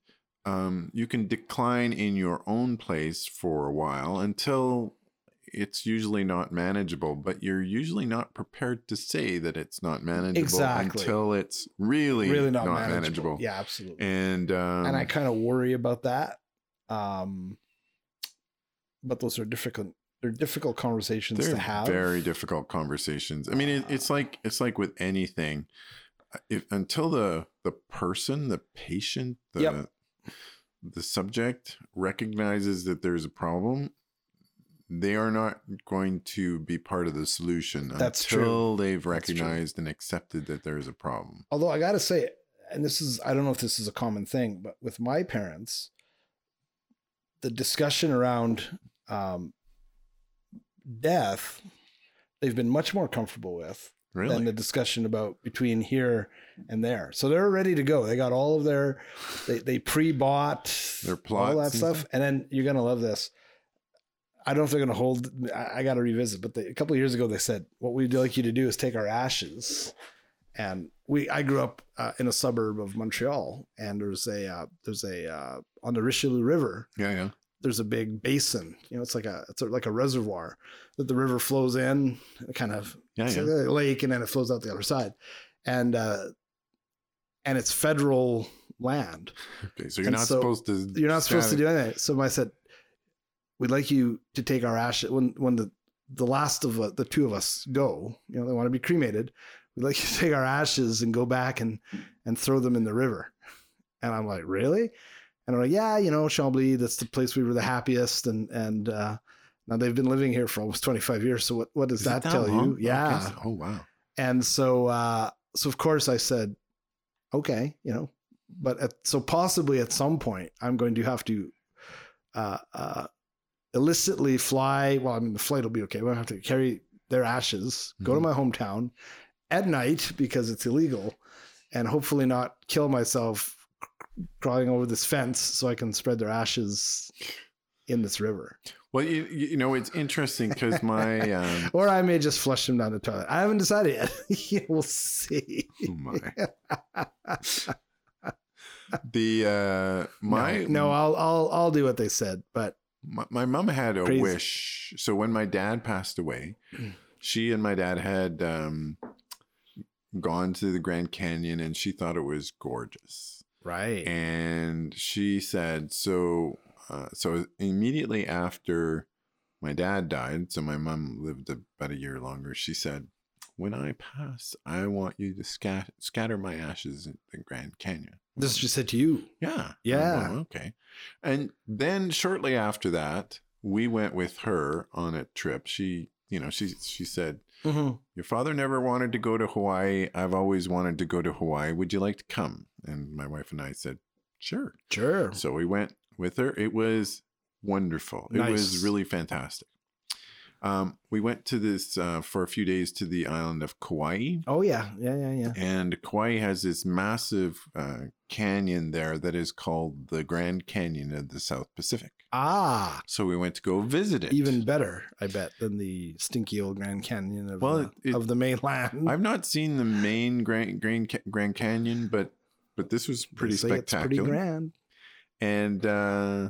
B: um you can decline in your own place for a while until it's usually not manageable, but you're usually not prepared to say that it's not manageable
A: Exactly.
B: until it's really,
A: Really
B: not,
A: not,
B: manageable.
A: manageable. Yeah, absolutely.
B: And um
A: and I kind of worry about that. Um, but those are difficult. They're difficult conversations
B: They're
A: to have.
B: Very difficult conversations. I mean, it, it's like it's like with anything. uh, If, until the the person, the patient, the
A: Yep.
B: the subject recognizes that there's a problem, they are not going to be part of the solution
A: That's true.
B: until they've
A: That's true.
B: recognized and accepted that there is a problem.
A: Although I gotta say, and this is I don't know if this is a common thing, but with my parents, the discussion around um, death, they've been much more comfortable with than
B: Really?
A: the discussion about between here and there. So they're ready to go. They got all of their they, they pre-bought
B: Their
A: all
B: plots
A: that
B: and
A: stuff.
B: stuff?
A: And then you're gonna love this. I don't know if they're gonna hold. I, I got to revisit. But they, a couple of years ago, they said what we'd like you to do is take our ashes. And we, I grew up uh, in a suburb of Montreal, and there's a uh, there's a uh, on the Richelieu River.
B: yeah, yeah.
A: There's a big basin. You know, it's like a it's a, like a reservoir that the river flows in, kind of
B: Yeah,
A: it's
B: yeah.
A: like a lake and then it flows out the other side and uh and it's federal land
B: Okay, so you're
A: And
B: not
A: so
B: supposed to.
A: you're not supposed to
B: stand-
A: do anything so i said we'd like you to take our ashes when when the the last of uh, the two of us go you know they want to be cremated we'd like you to take our ashes and go back and and throw them in the river and i'm like really and i'm like yeah you know chambly that's the place we were the happiest and and uh now they've been living here for almost 25 years so what, what does
B: Is it
A: that, tell
B: long?
A: you yeah
B: Okay, so- Oh wow.
A: and so, uh, so of course I said, okay, you know, but at, so possibly at some point I'm going to have to, uh, uh, illicitly fly. Well, I mean, the flight will be okay. We'll have to carry their ashes, go to
B: Mhm.
A: my hometown at night because it's illegal and hopefully not kill myself crawling over this fence so I can spread their ashes in this river.
B: Well, you, you you know it's interesting
A: *laughs*
B: because my um,
A: Or I may just flush them down the toilet. I haven't decided yet. *laughs* we'll see. *laughs*
B: Oh my. the uh my
A: no, no, I'll I'll I'll do what they said, but
B: my, my mom had a
A: Crazy. Mm.
B: wish. So when my dad passed away, she and my dad had um gone to the Grand Canyon and she thought it was gorgeous.
A: right.
B: And she said so uh, so immediately after my dad died, so my mom lived about a year longer. She said, "When I pass, I want you to scat- scatter my ashes in the Grand Canyon."
A: this is just said to you.
B: Yeah. I'm
A: Yeah.
B: going, okay. And then shortly after that, we went with her on a trip. She, you know, she she said, "Your father never wanted to go to Hawaii. I've always wanted to go to Hawaii. Would you like to come?" And my wife and I said, "Sure."
A: Sure.
B: So we went with her. It was wonderful. It was
A: Nice.
B: really fantastic. Um, we went to this uh, for a few days to the island of Kauai.
A: Oh yeah, yeah, yeah, yeah.
B: And Kauai has this massive uh, canyon there that is called the Grand Canyon of the South Pacific.
A: Ah,
B: So we went to go visit it.
A: even better, I bet, than the stinky old Grand Canyon of
B: Well,
A: the,
B: it-
A: of the mainland.
B: I've not seen the main Grand Grand, Ca- Grand Canyon, but but this was
A: *laughs* They
B: pretty
A: say it's
B: spectacular.
A: pretty grand.
B: and uh,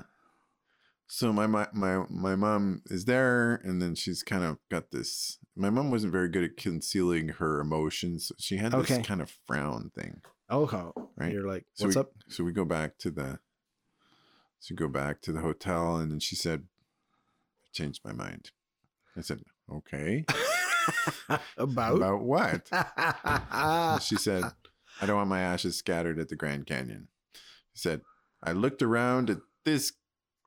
B: so my, my my my mom is there, and then she's kind of got this. My mom wasn't very good at concealing her emotions. She had this
A: Okay.
B: kind of frown thing.
A: Oh, how-
B: Right.
A: You're like,
B: So
A: what's
B: we-
A: up?
B: So we go back to the so we go back to the hotel and then she said, I changed my mind. I said, Okay.
A: *laughs* About.
B: About what?
A: *laughs*
B: And she said, I don't want my ashes scattered at the Grand Canyon. She said, I looked around at this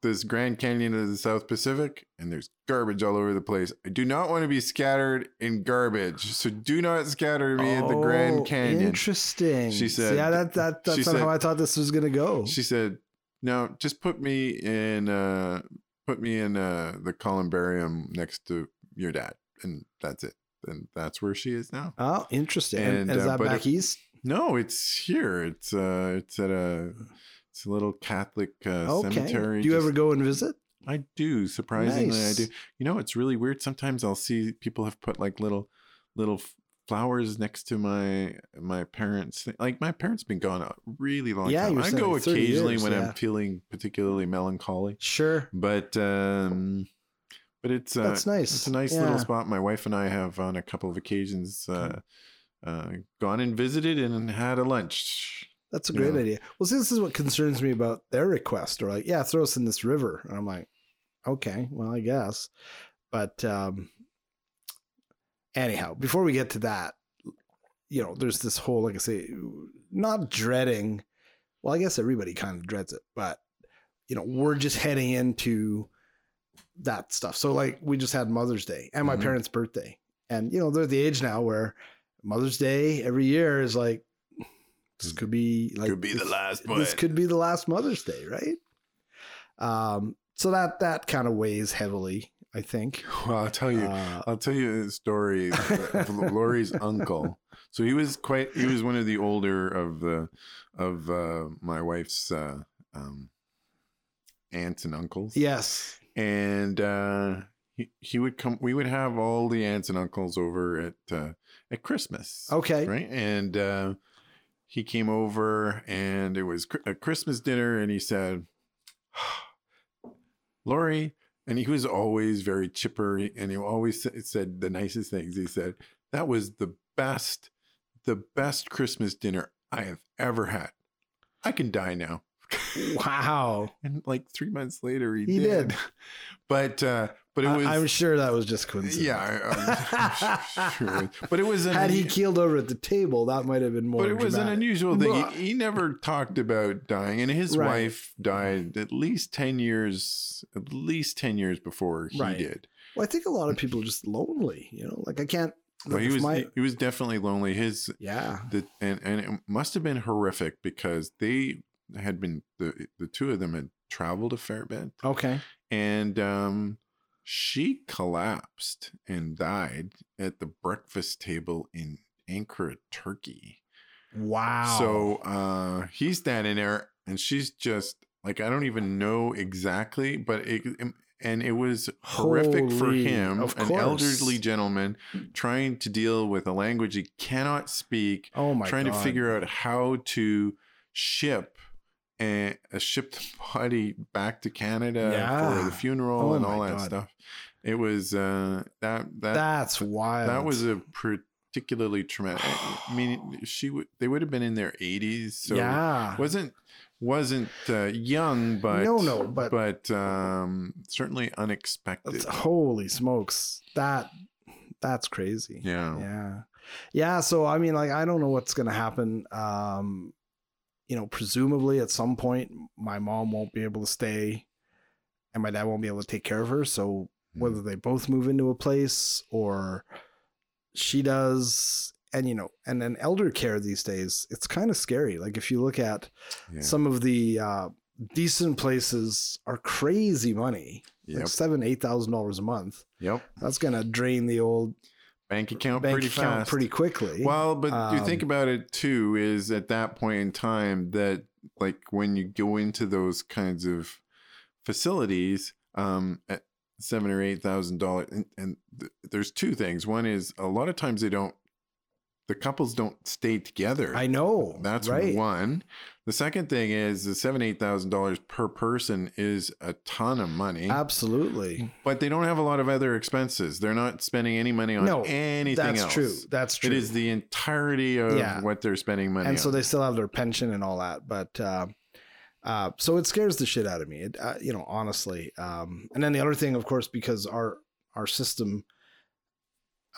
B: this Grand Canyon of the South Pacific and there's garbage all over the place. I do not want to be scattered in garbage. So do not scatter me at the
A: Oh,
B: Grand Canyon.
A: Interesting.
B: She said-
A: "Yeah, that, that
B: she
A: that's not
B: said-
A: how I thought this was gonna go."
B: She said, "No, just put me in uh put me in uh the columbarium next to your dad, and that's it. And that's where she is now.
A: oh, interesting. And,
B: And,
A: is
B: uh,
A: that
B: but
A: back
B: if-
A: east?
B: No, it's here. It's uh, it's at a it's a little Catholic uh,
A: okay.
B: cemetery.
A: Do you
B: just-
A: ever go and visit?
B: I do. Surprisingly, I
A: Nice.
B: do. You know, it's really weird. Sometimes I'll see people have put like little little f- flowers next to my my parents. thing. Like my parents been gone a really long
A: Yeah,
B: time.
A: you were
B: I
A: saying,
B: go
A: like, 30
B: occasionally
A: years,
B: when
A: yeah.
B: I'm feeling particularly melancholy,
A: Sure.
B: but um, but it's uh,
A: That's nice.
B: it's a nice
A: Yeah.
B: little spot. My wife and I have on a couple of occasions uh, uh, gone and visited and had a lunch.
A: That's a great
B: Yeah.
A: idea. Well, see, this is what concerns me about their request. Or like, yeah, throw us in this river, and I'm like, okay, well, I guess. But um, anyhow, before we get to that, you know, there's this whole, like I say, not dreading. Well, I guess everybody kind of dreads it, but you know, we're just heading into that stuff. So, like, we just had Mother's Day and my
B: Mhm.
A: parents' birthday, and you know, they're at the age now where Mother's Day every year is like this could be like
B: Could be the
A: this-
B: last one.
A: This could be the last Mother's Day, right? Um, so that that kind of weighs heavily, I think.
B: Well, I'll tell you,
A: Uh,
B: I'll tell you a *laughs* story of Lori's uncle. So he was quite. He was one of the older of the of uh, my wife's uh, um, aunts and uncles.
A: yes.
B: and uh, he he would come. We would have all the aunts and uncles over at uh, at Christmas.
A: Okay.
B: Right, and uh, he came over, and it was cr- a Christmas dinner, and he said, *sighs* "Lori," and he was always very chipper, and he always sa- said the nicest things. He said, "That was the best, the best Christmas dinner I have ever had. I can die now."
A: Wow.
B: And like three months later, he,
A: He
B: did. *laughs*
A: did.
B: but uh, but it was
A: I, am sure that was just coincidence.
B: yeah. I- I'm sure it was. But
A: *laughs*
B: it was an
A: Had he
B: unu-
A: keeled over at the table, that might have been more.
B: but it was an
A: dramatic.
B: unusual thing.
A: Well,
B: He, he never talked about dying, and his
A: Right.
B: wife died at least ten years, at least ten years before he
A: Right.
B: did.
A: Well, I think a lot of people are just lonely. You know, like I can't.
B: But he
A: if
B: was
A: my-
B: he was definitely lonely. His
A: yeah.
B: the, and and it must have been horrific because they had been the the two of them had traveled a fair bit,
A: Okay.
B: and um, she collapsed and died at the breakfast table in Ankara, Turkey.
A: Wow.
B: So uh, he's standing there, and she's just like, I don't even know exactly, but it. um, and it was horrific for
A: Holy,
B: him,
A: of
B: an
A: course.
B: elderly gentleman trying to deal with a language he cannot speak,
A: oh my
B: trying to
A: God.
B: figure out how to ship a, a shipped *laughs* body back to Canada for
A: Yeah.
B: the funeral
A: Oh
B: and
A: my
B: all that
A: God.
B: stuff. It was uh, that that
A: That's wild.
B: that was a particularly traumatic. I mean, she would they would have been in their eighties, so
A: yeah.
B: wasn't wasn't uh, young, but
A: No, no, but-
B: but um, certainly unexpected.
A: That's, holy smokes. That that's crazy.
B: yeah.
A: Yeah. Yeah, so I mean like I don't know what's going to happen um you know presumably at some point my mom won't be able to stay and my dad won't be able to take care of her so
B: Mm,
A: whether they both move into a place or she does and you know and then elder care these days it's kind of scary like if you look at
B: Yeah.
A: some of the uh decent places are crazy money
B: Yep.
A: like seven eight thousand dollars a month
B: Yep.
A: that's gonna drain the old
B: Bank account
A: bank
B: Oh, pretty
A: account
B: fast.
A: pretty quickly
B: well, but you think
A: Um,
B: about it too is at that point in time that like when you go into those kinds of facilities, um, at seven or eight thousand dollars, and, and th- there's two things. One is a lot of times they don't, the couples don't stay together.
A: i know
B: That's
A: right
B: one. The second thing is the seven eight thousand dollars per person is a ton of money,
A: absolutely
B: but they don't have a lot of other expenses. They're not spending any money on
A: No,
B: anything
A: that's
B: else.
A: true that's true
B: It is the entirety of
A: Yeah.
B: what they're spending money
A: and so
B: on.
A: they still have their pension and all that but uh uh, so it scares the shit out of me. It, uh, you know, honestly. Um, and then the other thing, of course, because our our system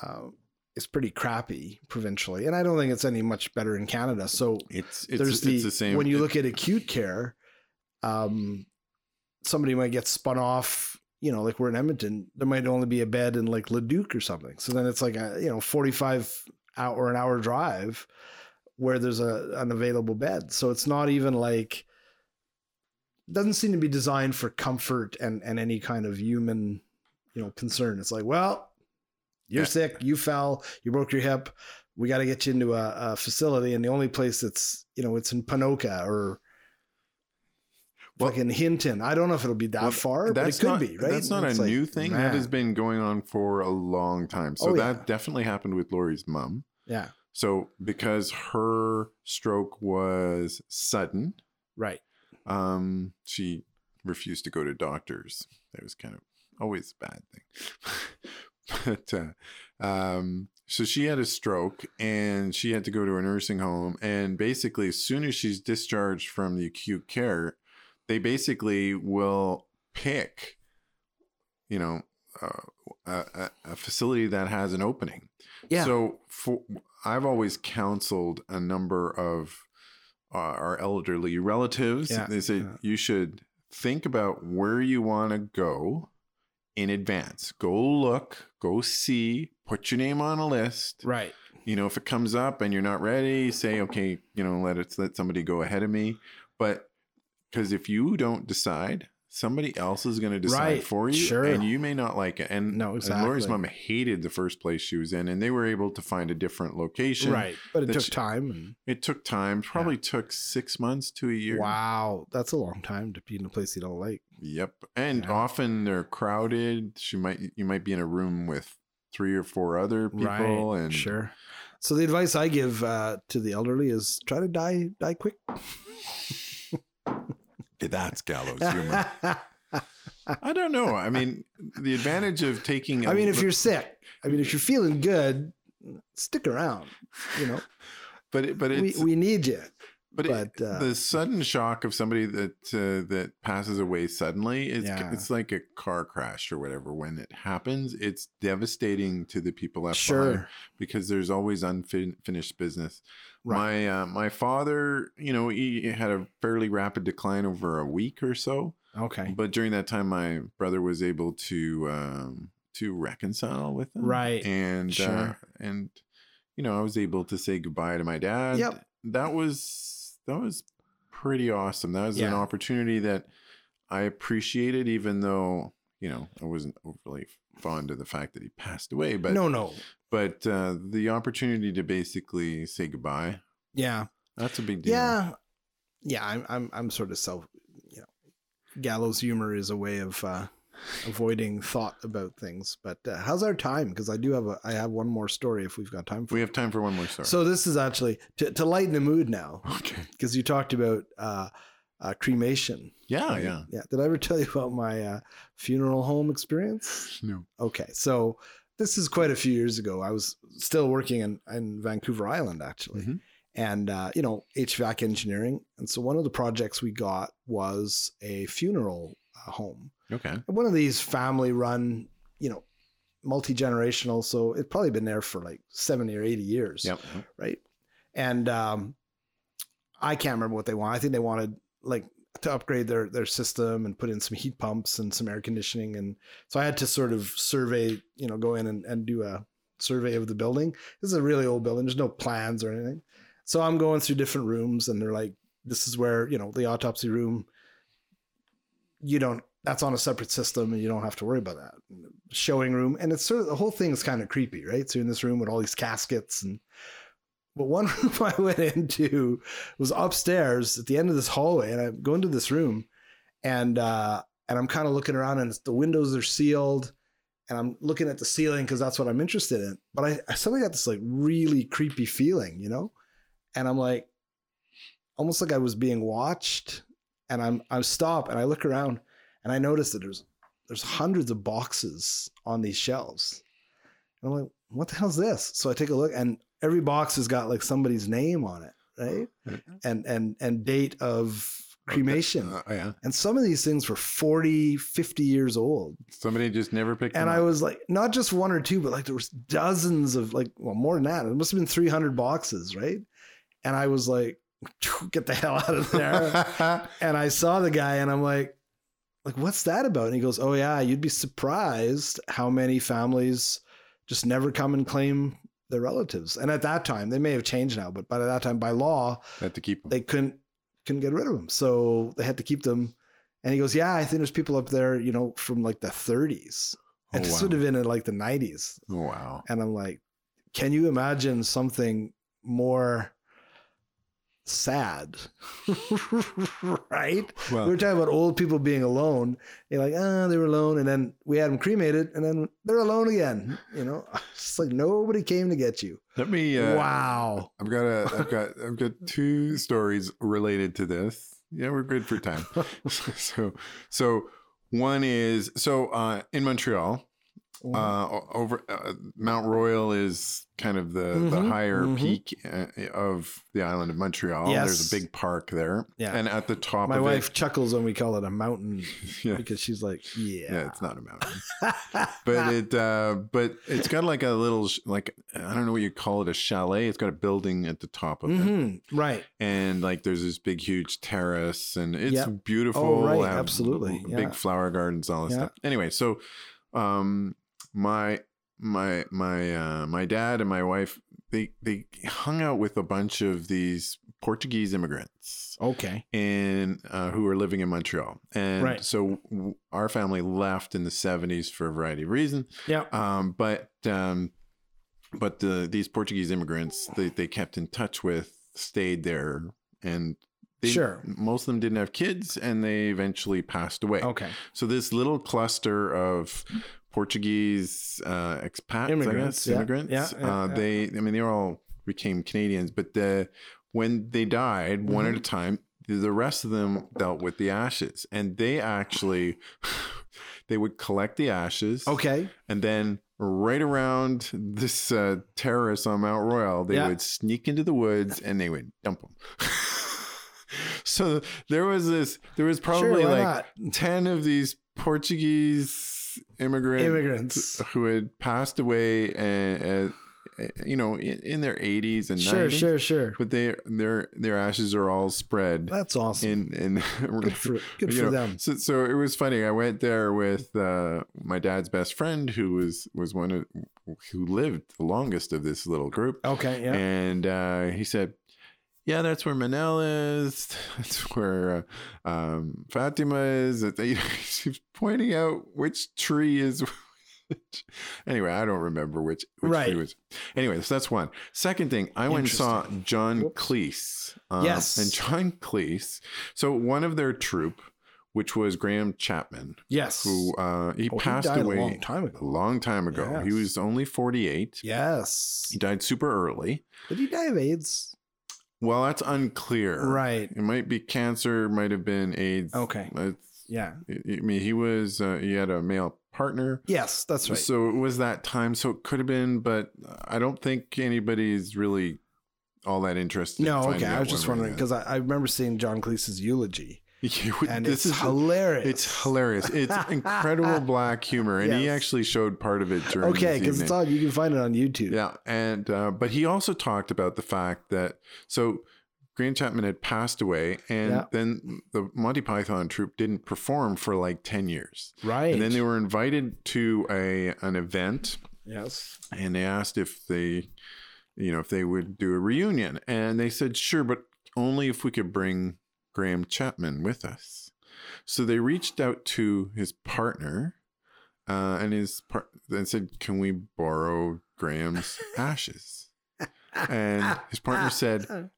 A: uh, is pretty crappy provincially, and I don't think it's any much better in Canada. So
B: it's it's,
A: there's
B: it's
A: the,
B: the, same
A: when you look at acute care um somebody might get spun off you know like we're in edmonton there might only be a bed in like leduc or something so then it's like a you know 45 hour or an hour drive where there's a an available bed so it's not even like doesn't seem to be designed for comfort and and any kind of human you know concern it's like well you're
B: Yeah.
A: sick you fell you broke your hip we got to get you into a, a facility, and the only place that's you know it's in Panoka or
B: Well-
A: fucking Hinton. I don't know if it'll be that
B: Well,
A: far, but it could
B: not,
A: be right.
B: That's not
A: And
B: a
A: it's like,
B: new thing.
A: man.
B: That has been going on for a long time. So
A: Oh,
B: that
A: yeah.
B: definitely happened with Lori's mom.
A: yeah,
B: So because her stroke was sudden,
A: right.
B: um, she refused to go to doctors. That was kind of always a bad thing. *laughs* but uh, um, so she had a stroke and she had to go to a nursing home. And basically, as soon as she's discharged from the acute care, they basically will pick, you know, uh, a, a a facility that has an opening.
A: Yeah,
B: So for I've always counseled a number of uh, our elderly relatives.
A: Yeah.
B: They say
A: Yeah.
B: you should think about where you want to go in advance. Go look, go see, put your name on a list.
A: right.
B: You know, if it comes up and you're not ready, say okay, you know, let it let somebody go ahead of me. But because if you don't decide, somebody else is going to decide
A: Right.
B: for you,
A: Sure.
B: and you may not like it. And
A: No,
B: and Lori's
A: exactly.
B: mom hated the first place she was in, and they were able to find a different location.
A: Right, but it
B: that
A: took
B: she-
A: time. And,
B: It took time, probably took six months to a year.
A: Wow, that's a long time to be in a place you don't like.
B: Yep. And
A: Yeah.
B: often they're crowded. She might you might be in a room with three or four other people and
A: sure. So the advice I give uh, to the elderly is try to die die quick. *laughs*
B: that's gallows humor.
A: I
B: I don't know. I mean, the advantage of
A: *laughs*
B: taking a-
A: mean, if you're sick, I mean, if you're feeling good, stick around. You
B: *laughs*
A: know,
B: but it, but
A: we,
B: it's
A: we need you.
B: but, it,
A: but, uh,
B: the sudden shock of somebody that uh, that passes away suddenly it's
A: Yeah.
B: it's like a car crash or whatever when it happens it's devastating to the people left behind
A: Sure,
B: because there's always unfinished business
A: right,
B: my uh, my father you know he had a fairly rapid decline over a week or so
A: okay,
B: but during that time my brother was able to um to reconcile with him
A: Right.
B: and uh,
A: Eh, Sure.
B: and you know i was able to say goodbye to my dad
A: Yep.
B: that was that was pretty awesome that was an
A: Yeah.
B: opportunity that i appreciated even though you know i wasn't overly fond of the fact that he passed away but
A: no, no,
B: but uh, the opportunity to basically say goodbye
A: yeah,
B: that's a big deal
A: yeah, yeah. I'm I'm I'm sort of self, you know, gallows humor is a way of uh, avoiding thought about things. But uh, how's our time? Because I do have a I have one more story if we've got time for.
B: we have time for one more story
A: So this is actually to, to lighten the mood now
B: okay
A: because you talked about uh, uh, cremation.
B: yeah
A: right?
B: Oh, yeah
A: Yeah. Did I ever tell you about my uh, funeral home experience?
B: no
A: Okay. So this is quite a few years ago. I was still working in, in Vancouver Island, actually,
B: Mhm.
A: and, uh, you know, HVAC engineering. And so one of the projects we got was a funeral uh, home,
B: okay
A: and one of these family run, you know, multi generational. So it's probably been there for like 70 or 80 years
B: yep
A: right? And um, I can't remember what they want. I think they wanted like to upgrade their their system and put in some heat pumps and some air conditioning. And so I had to sort of survey, you know, go in and, and do a survey of the building. This is a really old building. There's no plans or anything. So I'm going through different rooms, and they're like, "This is where you know the autopsy room. You don't. That's on a separate system, and you don't have to worry about that. Showing room, and it's sort of the whole thing is kind of creepy, right? So you're in this room with all these caskets and but one *laughs* room I went into was upstairs at the end of this hallway, and I go into this room, and uh, and I'm kind of looking around, and it's, the windows are sealed, and I'm looking at the ceiling because that's what I'm interested in. But I, I suddenly got this like really creepy feeling, you know, and I'm like, almost like I was being watched, and I'm I stop and I look around, and I notice that there's there's hundreds of boxes on these shelves, and I'm like, what the hell's this? So I take a look, and every box has got like somebody's name on it,
B: Mm-hmm.
A: right? And and and date of cremation.
B: Uh, yeah
A: And some of these things were 40, 50 years old.
B: somebody just never picked
A: And
B: them
A: I
B: up.
A: was like, not just one or two, but like there was dozens of like, well, more than that. It must have been 300 boxes, right? And I was like, get the hell out of
B: *laughs*
A: there and I saw the guy and I'm like, like, what's that about? And he goes, Oh yeah, you'd be surprised how many families just never come and claim their relatives. And at that time, they may have changed now, but by that time, by law,
B: had to keep them.
A: they couldn't couldn't get rid of them. So they had to keep them. And he goes, Yeah, I think there's people up there, you know, from like the 30s.
B: oh,
A: And this
B: wow.
A: would have been in like the 90s.
B: oh wow
A: And I'm like, can you imagine something more sad? *laughs* right?
B: Well,
A: we were talking about old people being alone. You're like, ah, they were alone, and then we had them cremated, and then they're alone again. You know, *laughs* it's like nobody came to get you.
B: let me. Uh,
A: Wow.
B: I've got a. I've got. I've got two stories related to this. Yeah, we're good
A: *laughs*
B: for time. so, so one is so uh, in Montreal. uh, o- over uh, Mount Royal is kind of the, the
A: Mhm,
B: higher
A: mhm.
B: peak uh, of the island of Montreal.
A: Yes.
B: There's a big park there,
A: Yeah.
B: and at the top,
A: My
B: of
A: wife chuckles when we call it a
B: *laughs*
A: mountain
B: it, *laughs* yeah,
A: because she's like,
B: yeah.
A: yeah.
B: it's not
A: *laughs*
B: a mountain, but it uh, but it's got like a little sh- like I don't know what you call it, a chalet. It's got a building at the top of it,
A: Mhm, Right.
B: and like there's this big huge terrace, and it's
A: Yep.
B: beautiful.
A: Oh, right,
B: have
A: absolutely,
B: big
A: yeah.
B: flower gardens, all this
A: Yeah.
B: stuff. Anyway, so um, my my my uh, my dad and my wife they they hung out with a bunch of these Portuguese immigrants
A: Okay.
B: and uh, who were living in Montreal, and
A: Right.
B: so w- our family left in the '70s for a variety of reasons
A: Yeah.
B: um, but um, but the, these Portuguese immigrants they, they kept in touch with stayed there and they,
A: Sure.
B: most of them didn't have kids and they eventually passed away.
A: Okay.
B: So this little cluster of Portuguese uh, expats,
A: Immigrants,
B: immigrants,
A: yeah,
B: immigrants,
A: yeah, yeah,
B: uh,
A: yeah.
B: they I mean they all became Canadians, but the when they died one
A: Mm-hmm.
B: at a time, the rest of them dealt with the ashes, and they actually *laughs* they would collect the ashes
A: Okay.
B: and then right around this uh, terrace on Mount Royal, they
A: Yeah.
B: would sneak into the woods and they would dump them. *laughs* so there was this. There was probably
A: why
B: like
A: not?
B: ten of these Portuguese immigrants
A: Immigrants.
B: who had passed away, and uh, you know, in, in their eighties and
A: Sure,
B: 90s,
A: sure, sure.
B: but they their their ashes are all spread
A: That's awesome.
B: in in *laughs*
A: Good for, good
B: you
A: for
B: know,
A: them.
B: so, so it was funny. I went there with uh, my dad's best friend, who was was one of who lived the longest of this little group,
A: Okay. Yeah.
B: and uh, he said, "Yeah, that's where Manel is. *laughs* That's where uh, um, Fatima is." That they- *laughs* He was pointing out which tree is. *laughs* which. Anyway, I don't remember which, which
A: Right.
B: tree was. Anyway, so that's one. Second thing, I went and saw
A: Interesting.
B: John
A: Whoops.
B: Cleese. Uh,
A: Yes.
B: and John *laughs* Cleese. So one of their troupe, which was Graham Chapman,
A: yes.
B: who uh, he
A: Oh, he
B: passed
A: died
B: away
A: a long time
B: a
A: ago.
B: long time ago. He
A: Yes.
B: was only forty-eight.
A: Yes.
B: *laughs* He died super early.
A: Did he die of AIDS?
B: Well, that's unclear.
A: Right.
B: It might be cancer, might have been AIDS.
A: Okay.
B: It's-
A: Yeah.
B: I I mean, he was, uh, he had a male partner.
A: Yes, that's right.
B: So it was that time. So it could have been, but I don't think anybody's really all that interested. in
A: no,
B: finding
A: okay. I
B: out
A: was just
B: one way
A: wondering
B: or
A: because I, I remember seeing John Cleese's eulogy,
B: the other. *laughs* You would-
A: and it's
B: this is
A: hilarious.
B: it's hilarious. It's
A: *laughs*
B: incredible black humor, and he
A: Yes.
B: actually showed part of it during.
A: Okay,
B: this
A: because it's
B: evening.
A: on. You can find it on YouTube.
B: Yeah, and uh, but he also talked about the fact that so Graham Chapman had passed away, and
A: Yeah.
B: then the Monty Python troupe didn't perform for like ten years,
A: Right.
B: and then they were invited to a an event,
A: yes.
B: and they asked if they, you know, if they would do a reunion, and they said sure, but only if we could bring Graham Chapman with us. So they reached out to his partner, uh, and his part and said, "Can we borrow Graham's ashes?" And his
A: *laughs*
B: partner said,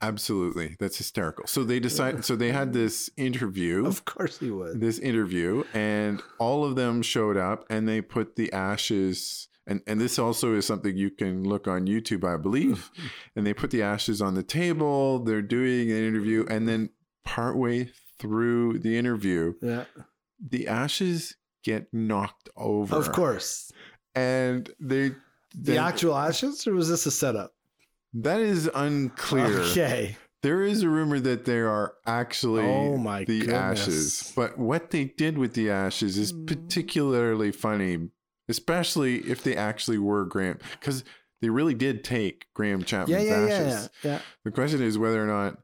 B: "Absolutely, that's hysterical." So they decided. So they had this interview
A: Of course he would.
B: this interview and all of them showed up and they put the ashes and, and this also is something you can look on YouTube,
A: *laughs*
B: I believe. and they put the ashes on the table. They're doing an interview. And then partway through the interview,
A: Yeah.
B: the ashes get knocked over.
A: Of course.
B: And they.
A: The
B: then-
A: actual ashes, or was this a setup?
B: That is unclear.
A: Oh, Okay.
B: There is a rumor that there are actually
A: Oh my
B: the
A: goodness.
B: ashes, but what they did with the ashes is
A: Mm.
B: particularly funny, especially if they actually were Graham, because they really did take Graham
A: Yeah,
B: Chapman's
A: yeah,
B: ashes.
A: yeah, yeah.
B: The question is whether or not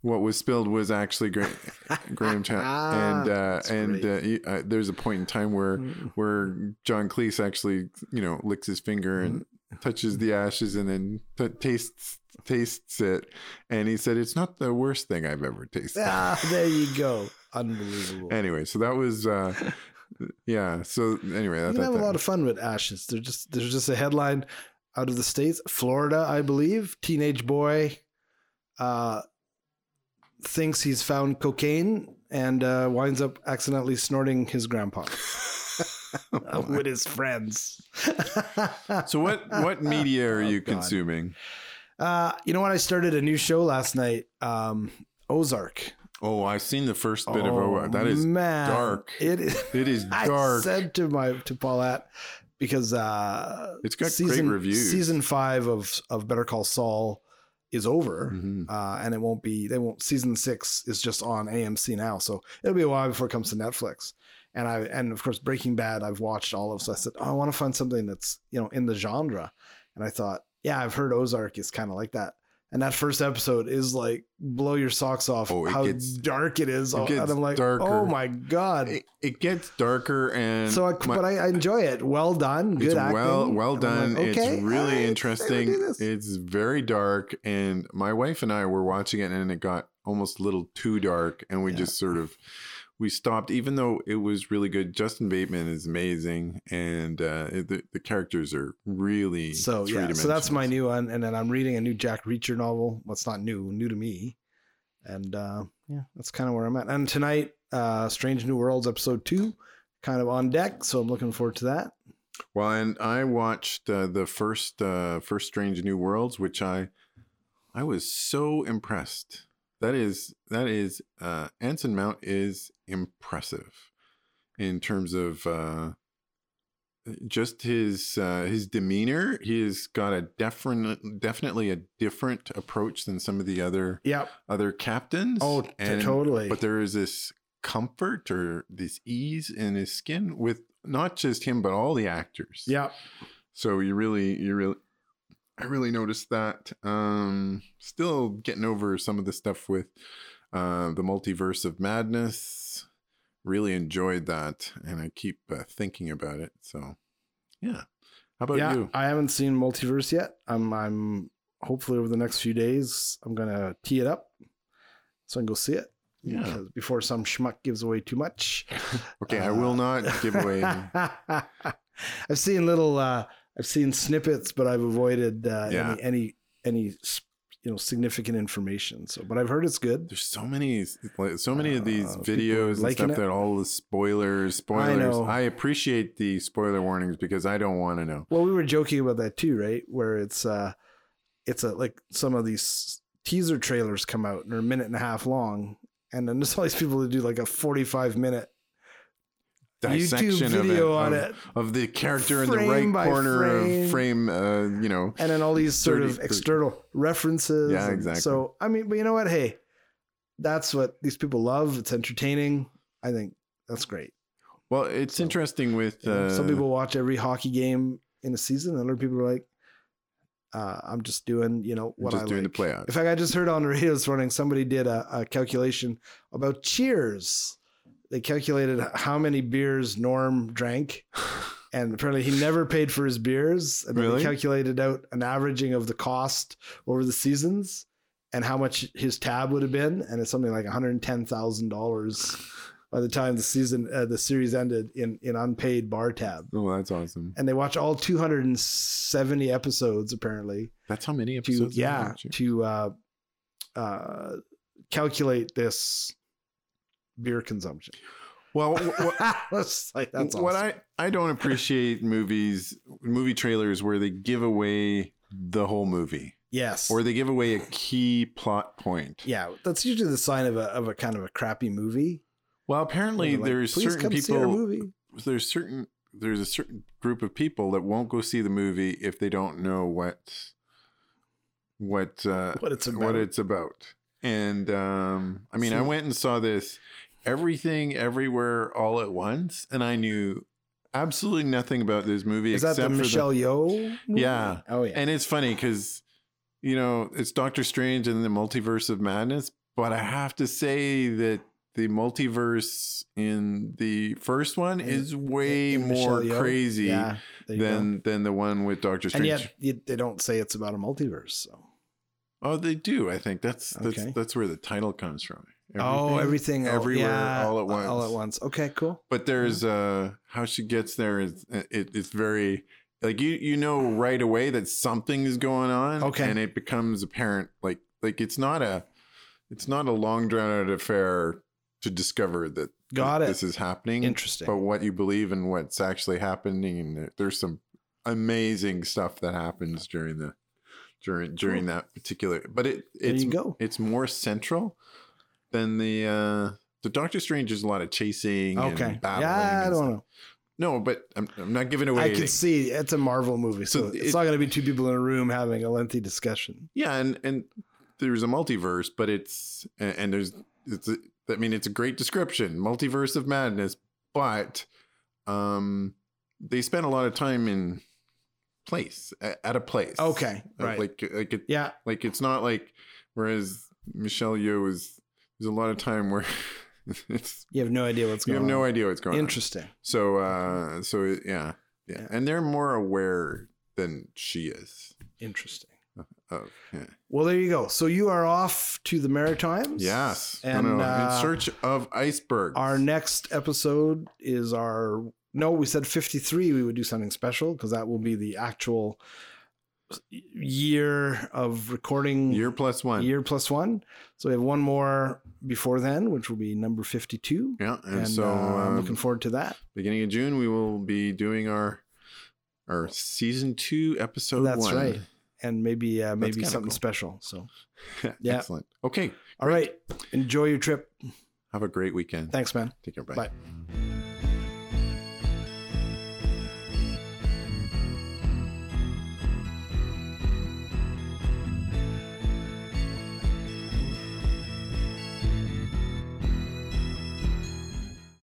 B: what was spilled was actually Gra-
A: *laughs* yeah.
B: *laughs* Graham Chapman, uh, and uh,
A: Ah, That's
B: and
A: great.
B: uh, you- uh, there's a point in time where
A: Mm.
B: where John Cleese actually, you know, licks his finger and
A: Mm-hmm.
B: touches the ashes and then t- tastes tastes it, and he said it's not the worst thing I've ever tasted.
A: *laughs* ah, there you go. Unbelievable.
B: Anyway, so that was, uh, *laughs* yeah. So anyway, I
A: you
B: thought
A: can have
B: that-
A: a lot of fun with ashes. They're just there's just a headline. out of the states, Florida, I believe. Teenage boy uh, thinks he's found cocaine and uh, winds up accidentally snorting his
B: *laughs*
A: grandpa Uh,
B: Oh
A: with his friends. *laughs*
B: so what what media are
A: Oh,
B: you
A: God.
B: consuming?
A: Uh, you know what? I started a new show last night. Um, Ozark. Oh,
B: Oh, I've seen the first bit of Ozark. That is
A: man.
B: dark.
A: It is
B: it is
A: *laughs* I
B: dark.
A: said to my to Paulette because uh,
B: It's got great
A: season,
B: reviews.
A: Season five of of Better Call Saul is over,
B: Mhm.
A: uh, and it won't be. They won't. Season six is just on AMC now, so it'll be a while before it comes to Netflix. And I and of course Breaking Bad, I've watched all of. So I said, oh, I want to find something that's you know in the genre. And I thought, yeah, I've heard Ozark is kind of like that. And that first episode is like blow your socks off
B: Oh, it
A: how
B: gets-
A: dark it is.
B: it
A: and
B: gets
A: I'm like,
B: darker.
A: oh my god,
B: It, it gets darker and
A: so, I,
B: my-
A: but I, I enjoy it. Well done. Good
B: it's
A: acting.
B: well well
A: And I'm
B: done.
A: like, okay,
B: it's
A: all right,
B: really
A: they
B: interesting.
A: would do this.
B: It's very dark, and my wife and I were watching it, and it got almost a little too dark, and we
A: Yeah.
B: just sort of we stopped. Even though it was really good, Justin Bateman is amazing, and uh, it- the the characters are really
A: So yeah, so that's my
B: three-dimensional.
A: new one, and then I'm reading a new Jack Reacher novel. What's not new, new to me, and uh, yeah, that's kind of where I'm at. And tonight, uh, Strange New Worlds episode two, kind of on deck. So I'm looking forward to that.
B: Well, and I watched uh, the first uh, first Strange New Worlds, which I I was so impressed. That is that is uh, Anson Mount is impressive in terms of uh, just his uh, his demeanor. He has got a definite definitely a different approach than some of the other
A: Yep.
B: other captains.
A: Oh, t-
B: And-
A: totally.
B: But there is this comfort or this ease in his skin with not just him but all the actors.
A: Yep.
B: So you really, you really, I really noticed that. Um, still getting over some of the stuff with uh, the multiverse of madness. Really enjoyed that, and I keep uh, thinking about it. So, yeah. How about
A: yeah,
B: you?
A: I haven't seen Multiverse yet. I'm I'm hopefully over the next few days I'm gonna tee it up so I can go see it.
B: Yeah.
A: Because Before some schmuck gives away too much.
B: Okay, I will
A: uh,
B: not give away.
A: *laughs* I've seen little. Uh, I've seen snippets, but I've avoided uh,
B: Yeah.
A: any any any s- you know significant information. So, but I've heard it's good.
B: There's so many, like, so many of these
A: Uh, people
B: videos and
A: liking
B: stuff
A: it.
B: that all the spoilers, spoilers. I,
A: know.
B: appreciate the spoiler warnings because I don't want to know.
A: Well, we were joking about that too, right? Where it's uh, it's a, like some of these teaser trailers come out and they're a minute and a half long, and then there's *laughs* all these people that do like a forty-five minute YouTube
B: Dissection
A: video
B: of
A: on
B: of-
A: it.
B: of the character in the
A: Frame by
B: right corner of
A: frame.
B: frame, uh, you know.
A: and then all
B: *laughs*
A: these sort
B: 30,
A: of
B: 30.
A: external references.
B: Yeah,
A: And
B: exactly.
A: So I mean, but you know what? Hey, that's what these people love. It's entertaining. I think that's great.
B: Well, it's
A: So,
B: interesting with
A: You know,
B: uh,
A: Some people watch every hockey game in a season, and other people are like, uh, "I'm just doing, you know, what
B: just
A: I
B: doing
A: like."
B: the playoffs.
A: In fact, I just heard on the radio this morning somebody did a, a calculation about Cheers. They calculated how many beers Norm drank, and apparently he never paid for his beers. And then
B: Really?
A: they calculated out an averaging of the cost over the seasons and how much his tab would have been, and it's something like one hundred ten thousand dollars by the time the season uh, the series ended in in unpaid bar tab.
B: oh, that's awesome.
A: And they watch all 270 episodes apparently
B: That's how many
A: to
B: episodes.
A: yeah
B: there are?
A: to uh, uh, calculate this beer consumption.
B: Well,
A: *laughs*
B: what,
A: that's like that's
B: what
A: awesome.
B: I I don't appreciate movies, movie trailers where they give away the whole movie
A: yes
B: or they give away a key plot point.
A: yeah that's usually the sign of a of a kind of a crappy movie.
B: Well,
A: where
B: apparently
A: they're like,
B: there's
A: "Please
B: certain
A: come see our
B: people
A: movie.
B: there's certain there's a certain group of people that won't go see the movie if they don't know what what uh,
A: What it's
B: what
A: about.
B: it's about. And um, I mean, I
A: So-
B: went and saw this everything, everywhere, all at once, and I knew absolutely nothing about this movie
A: Is that
B: except
A: the
B: for
A: Michelle Yeoh? movie?
B: Yeah.
A: Oh yeah.
B: The, and it's funny because you know it's Doctor Strange and the Multiverse of Madness, but I have to say that. The multiverse in the first one
A: In-
B: is way
A: And
B: more
A: Michelle Yeoh?
B: crazy
A: Yeah. there you go.
B: than than the one with Doctor
A: and
B: Strange.
A: yet you, they don't say it's about a multiverse. So.
B: oh, they do. I think that's that's
A: Okay.
B: that's where the title comes from.
A: oh, everything,
B: everywhere,
A: yeah,
B: all at once.
A: all at once. Okay, cool.
B: But there's uh, how she gets there is it, uh, it's very like you you know right away that something is going on
A: Okay.
B: and it becomes apparent like like it's not a it's not a long drawn out affair to discover that
A: Got
B: th-
A: it.
B: this is happening
A: Interesting.
B: but what you believe and what's actually happening and there- there's some amazing stuff that happens during the during during that particular but it
A: there
B: it's
A: you go.
B: it's more central than the uh the Doctor Strange is a lot of chasing
A: Okay.
B: and battling.
A: Yeah, I
B: and
A: don't
B: stuff.
A: know.
B: No, but I'm, I'm not giving away.
A: I can
B: anything.
A: see it's a Marvel movie, so,
B: So
A: it's
B: it-
A: not going to be two people in a room having a lengthy discussion.
B: Yeah, and and there's a multiverse, but it's and, and there's it's a, I mean it's a great description, multiverse of madness, but um they spent a lot of time in place a- at a place. Uh,
A: Okay, right.
B: Like like it
A: yeah,
B: like it's not like whereas Michelle Yeoh is there's a lot of time where *laughs* it's
A: you have no idea what's
B: you
A: going
B: have
A: on.
B: no idea what's going on.
A: Interesting.
B: So uh so it- yeah, yeah.
A: Yeah.
B: And they're more aware than she is.
A: Interesting.
B: of yeah.
A: Well, there you go. So you are off to the Maritimes.
B: Yes. No,
A: And
B: no, no.
A: uh,
B: in search of icebergs.
A: our next episode is our no, we said 53 we would do something special because that will be the actual year of recording
B: year plus one.
A: year plus one. So we have one more before then, which will be number 52.
B: Yeah. And,
A: And
B: so
A: uh, I'm
B: um,
A: looking forward to that.
B: beginning of June we will be doing our our season two episode
A: That's
B: one. *laughs*
A: right. And maybe uh, maybe
B: kinda
A: something
B: cool.
A: special. So, Yeah.
B: yeah. Excellent. Okay.
A: all right, enjoy your trip.
B: Have a great weekend.
A: Thanks, man.
B: Take care. Bye.
A: Bye.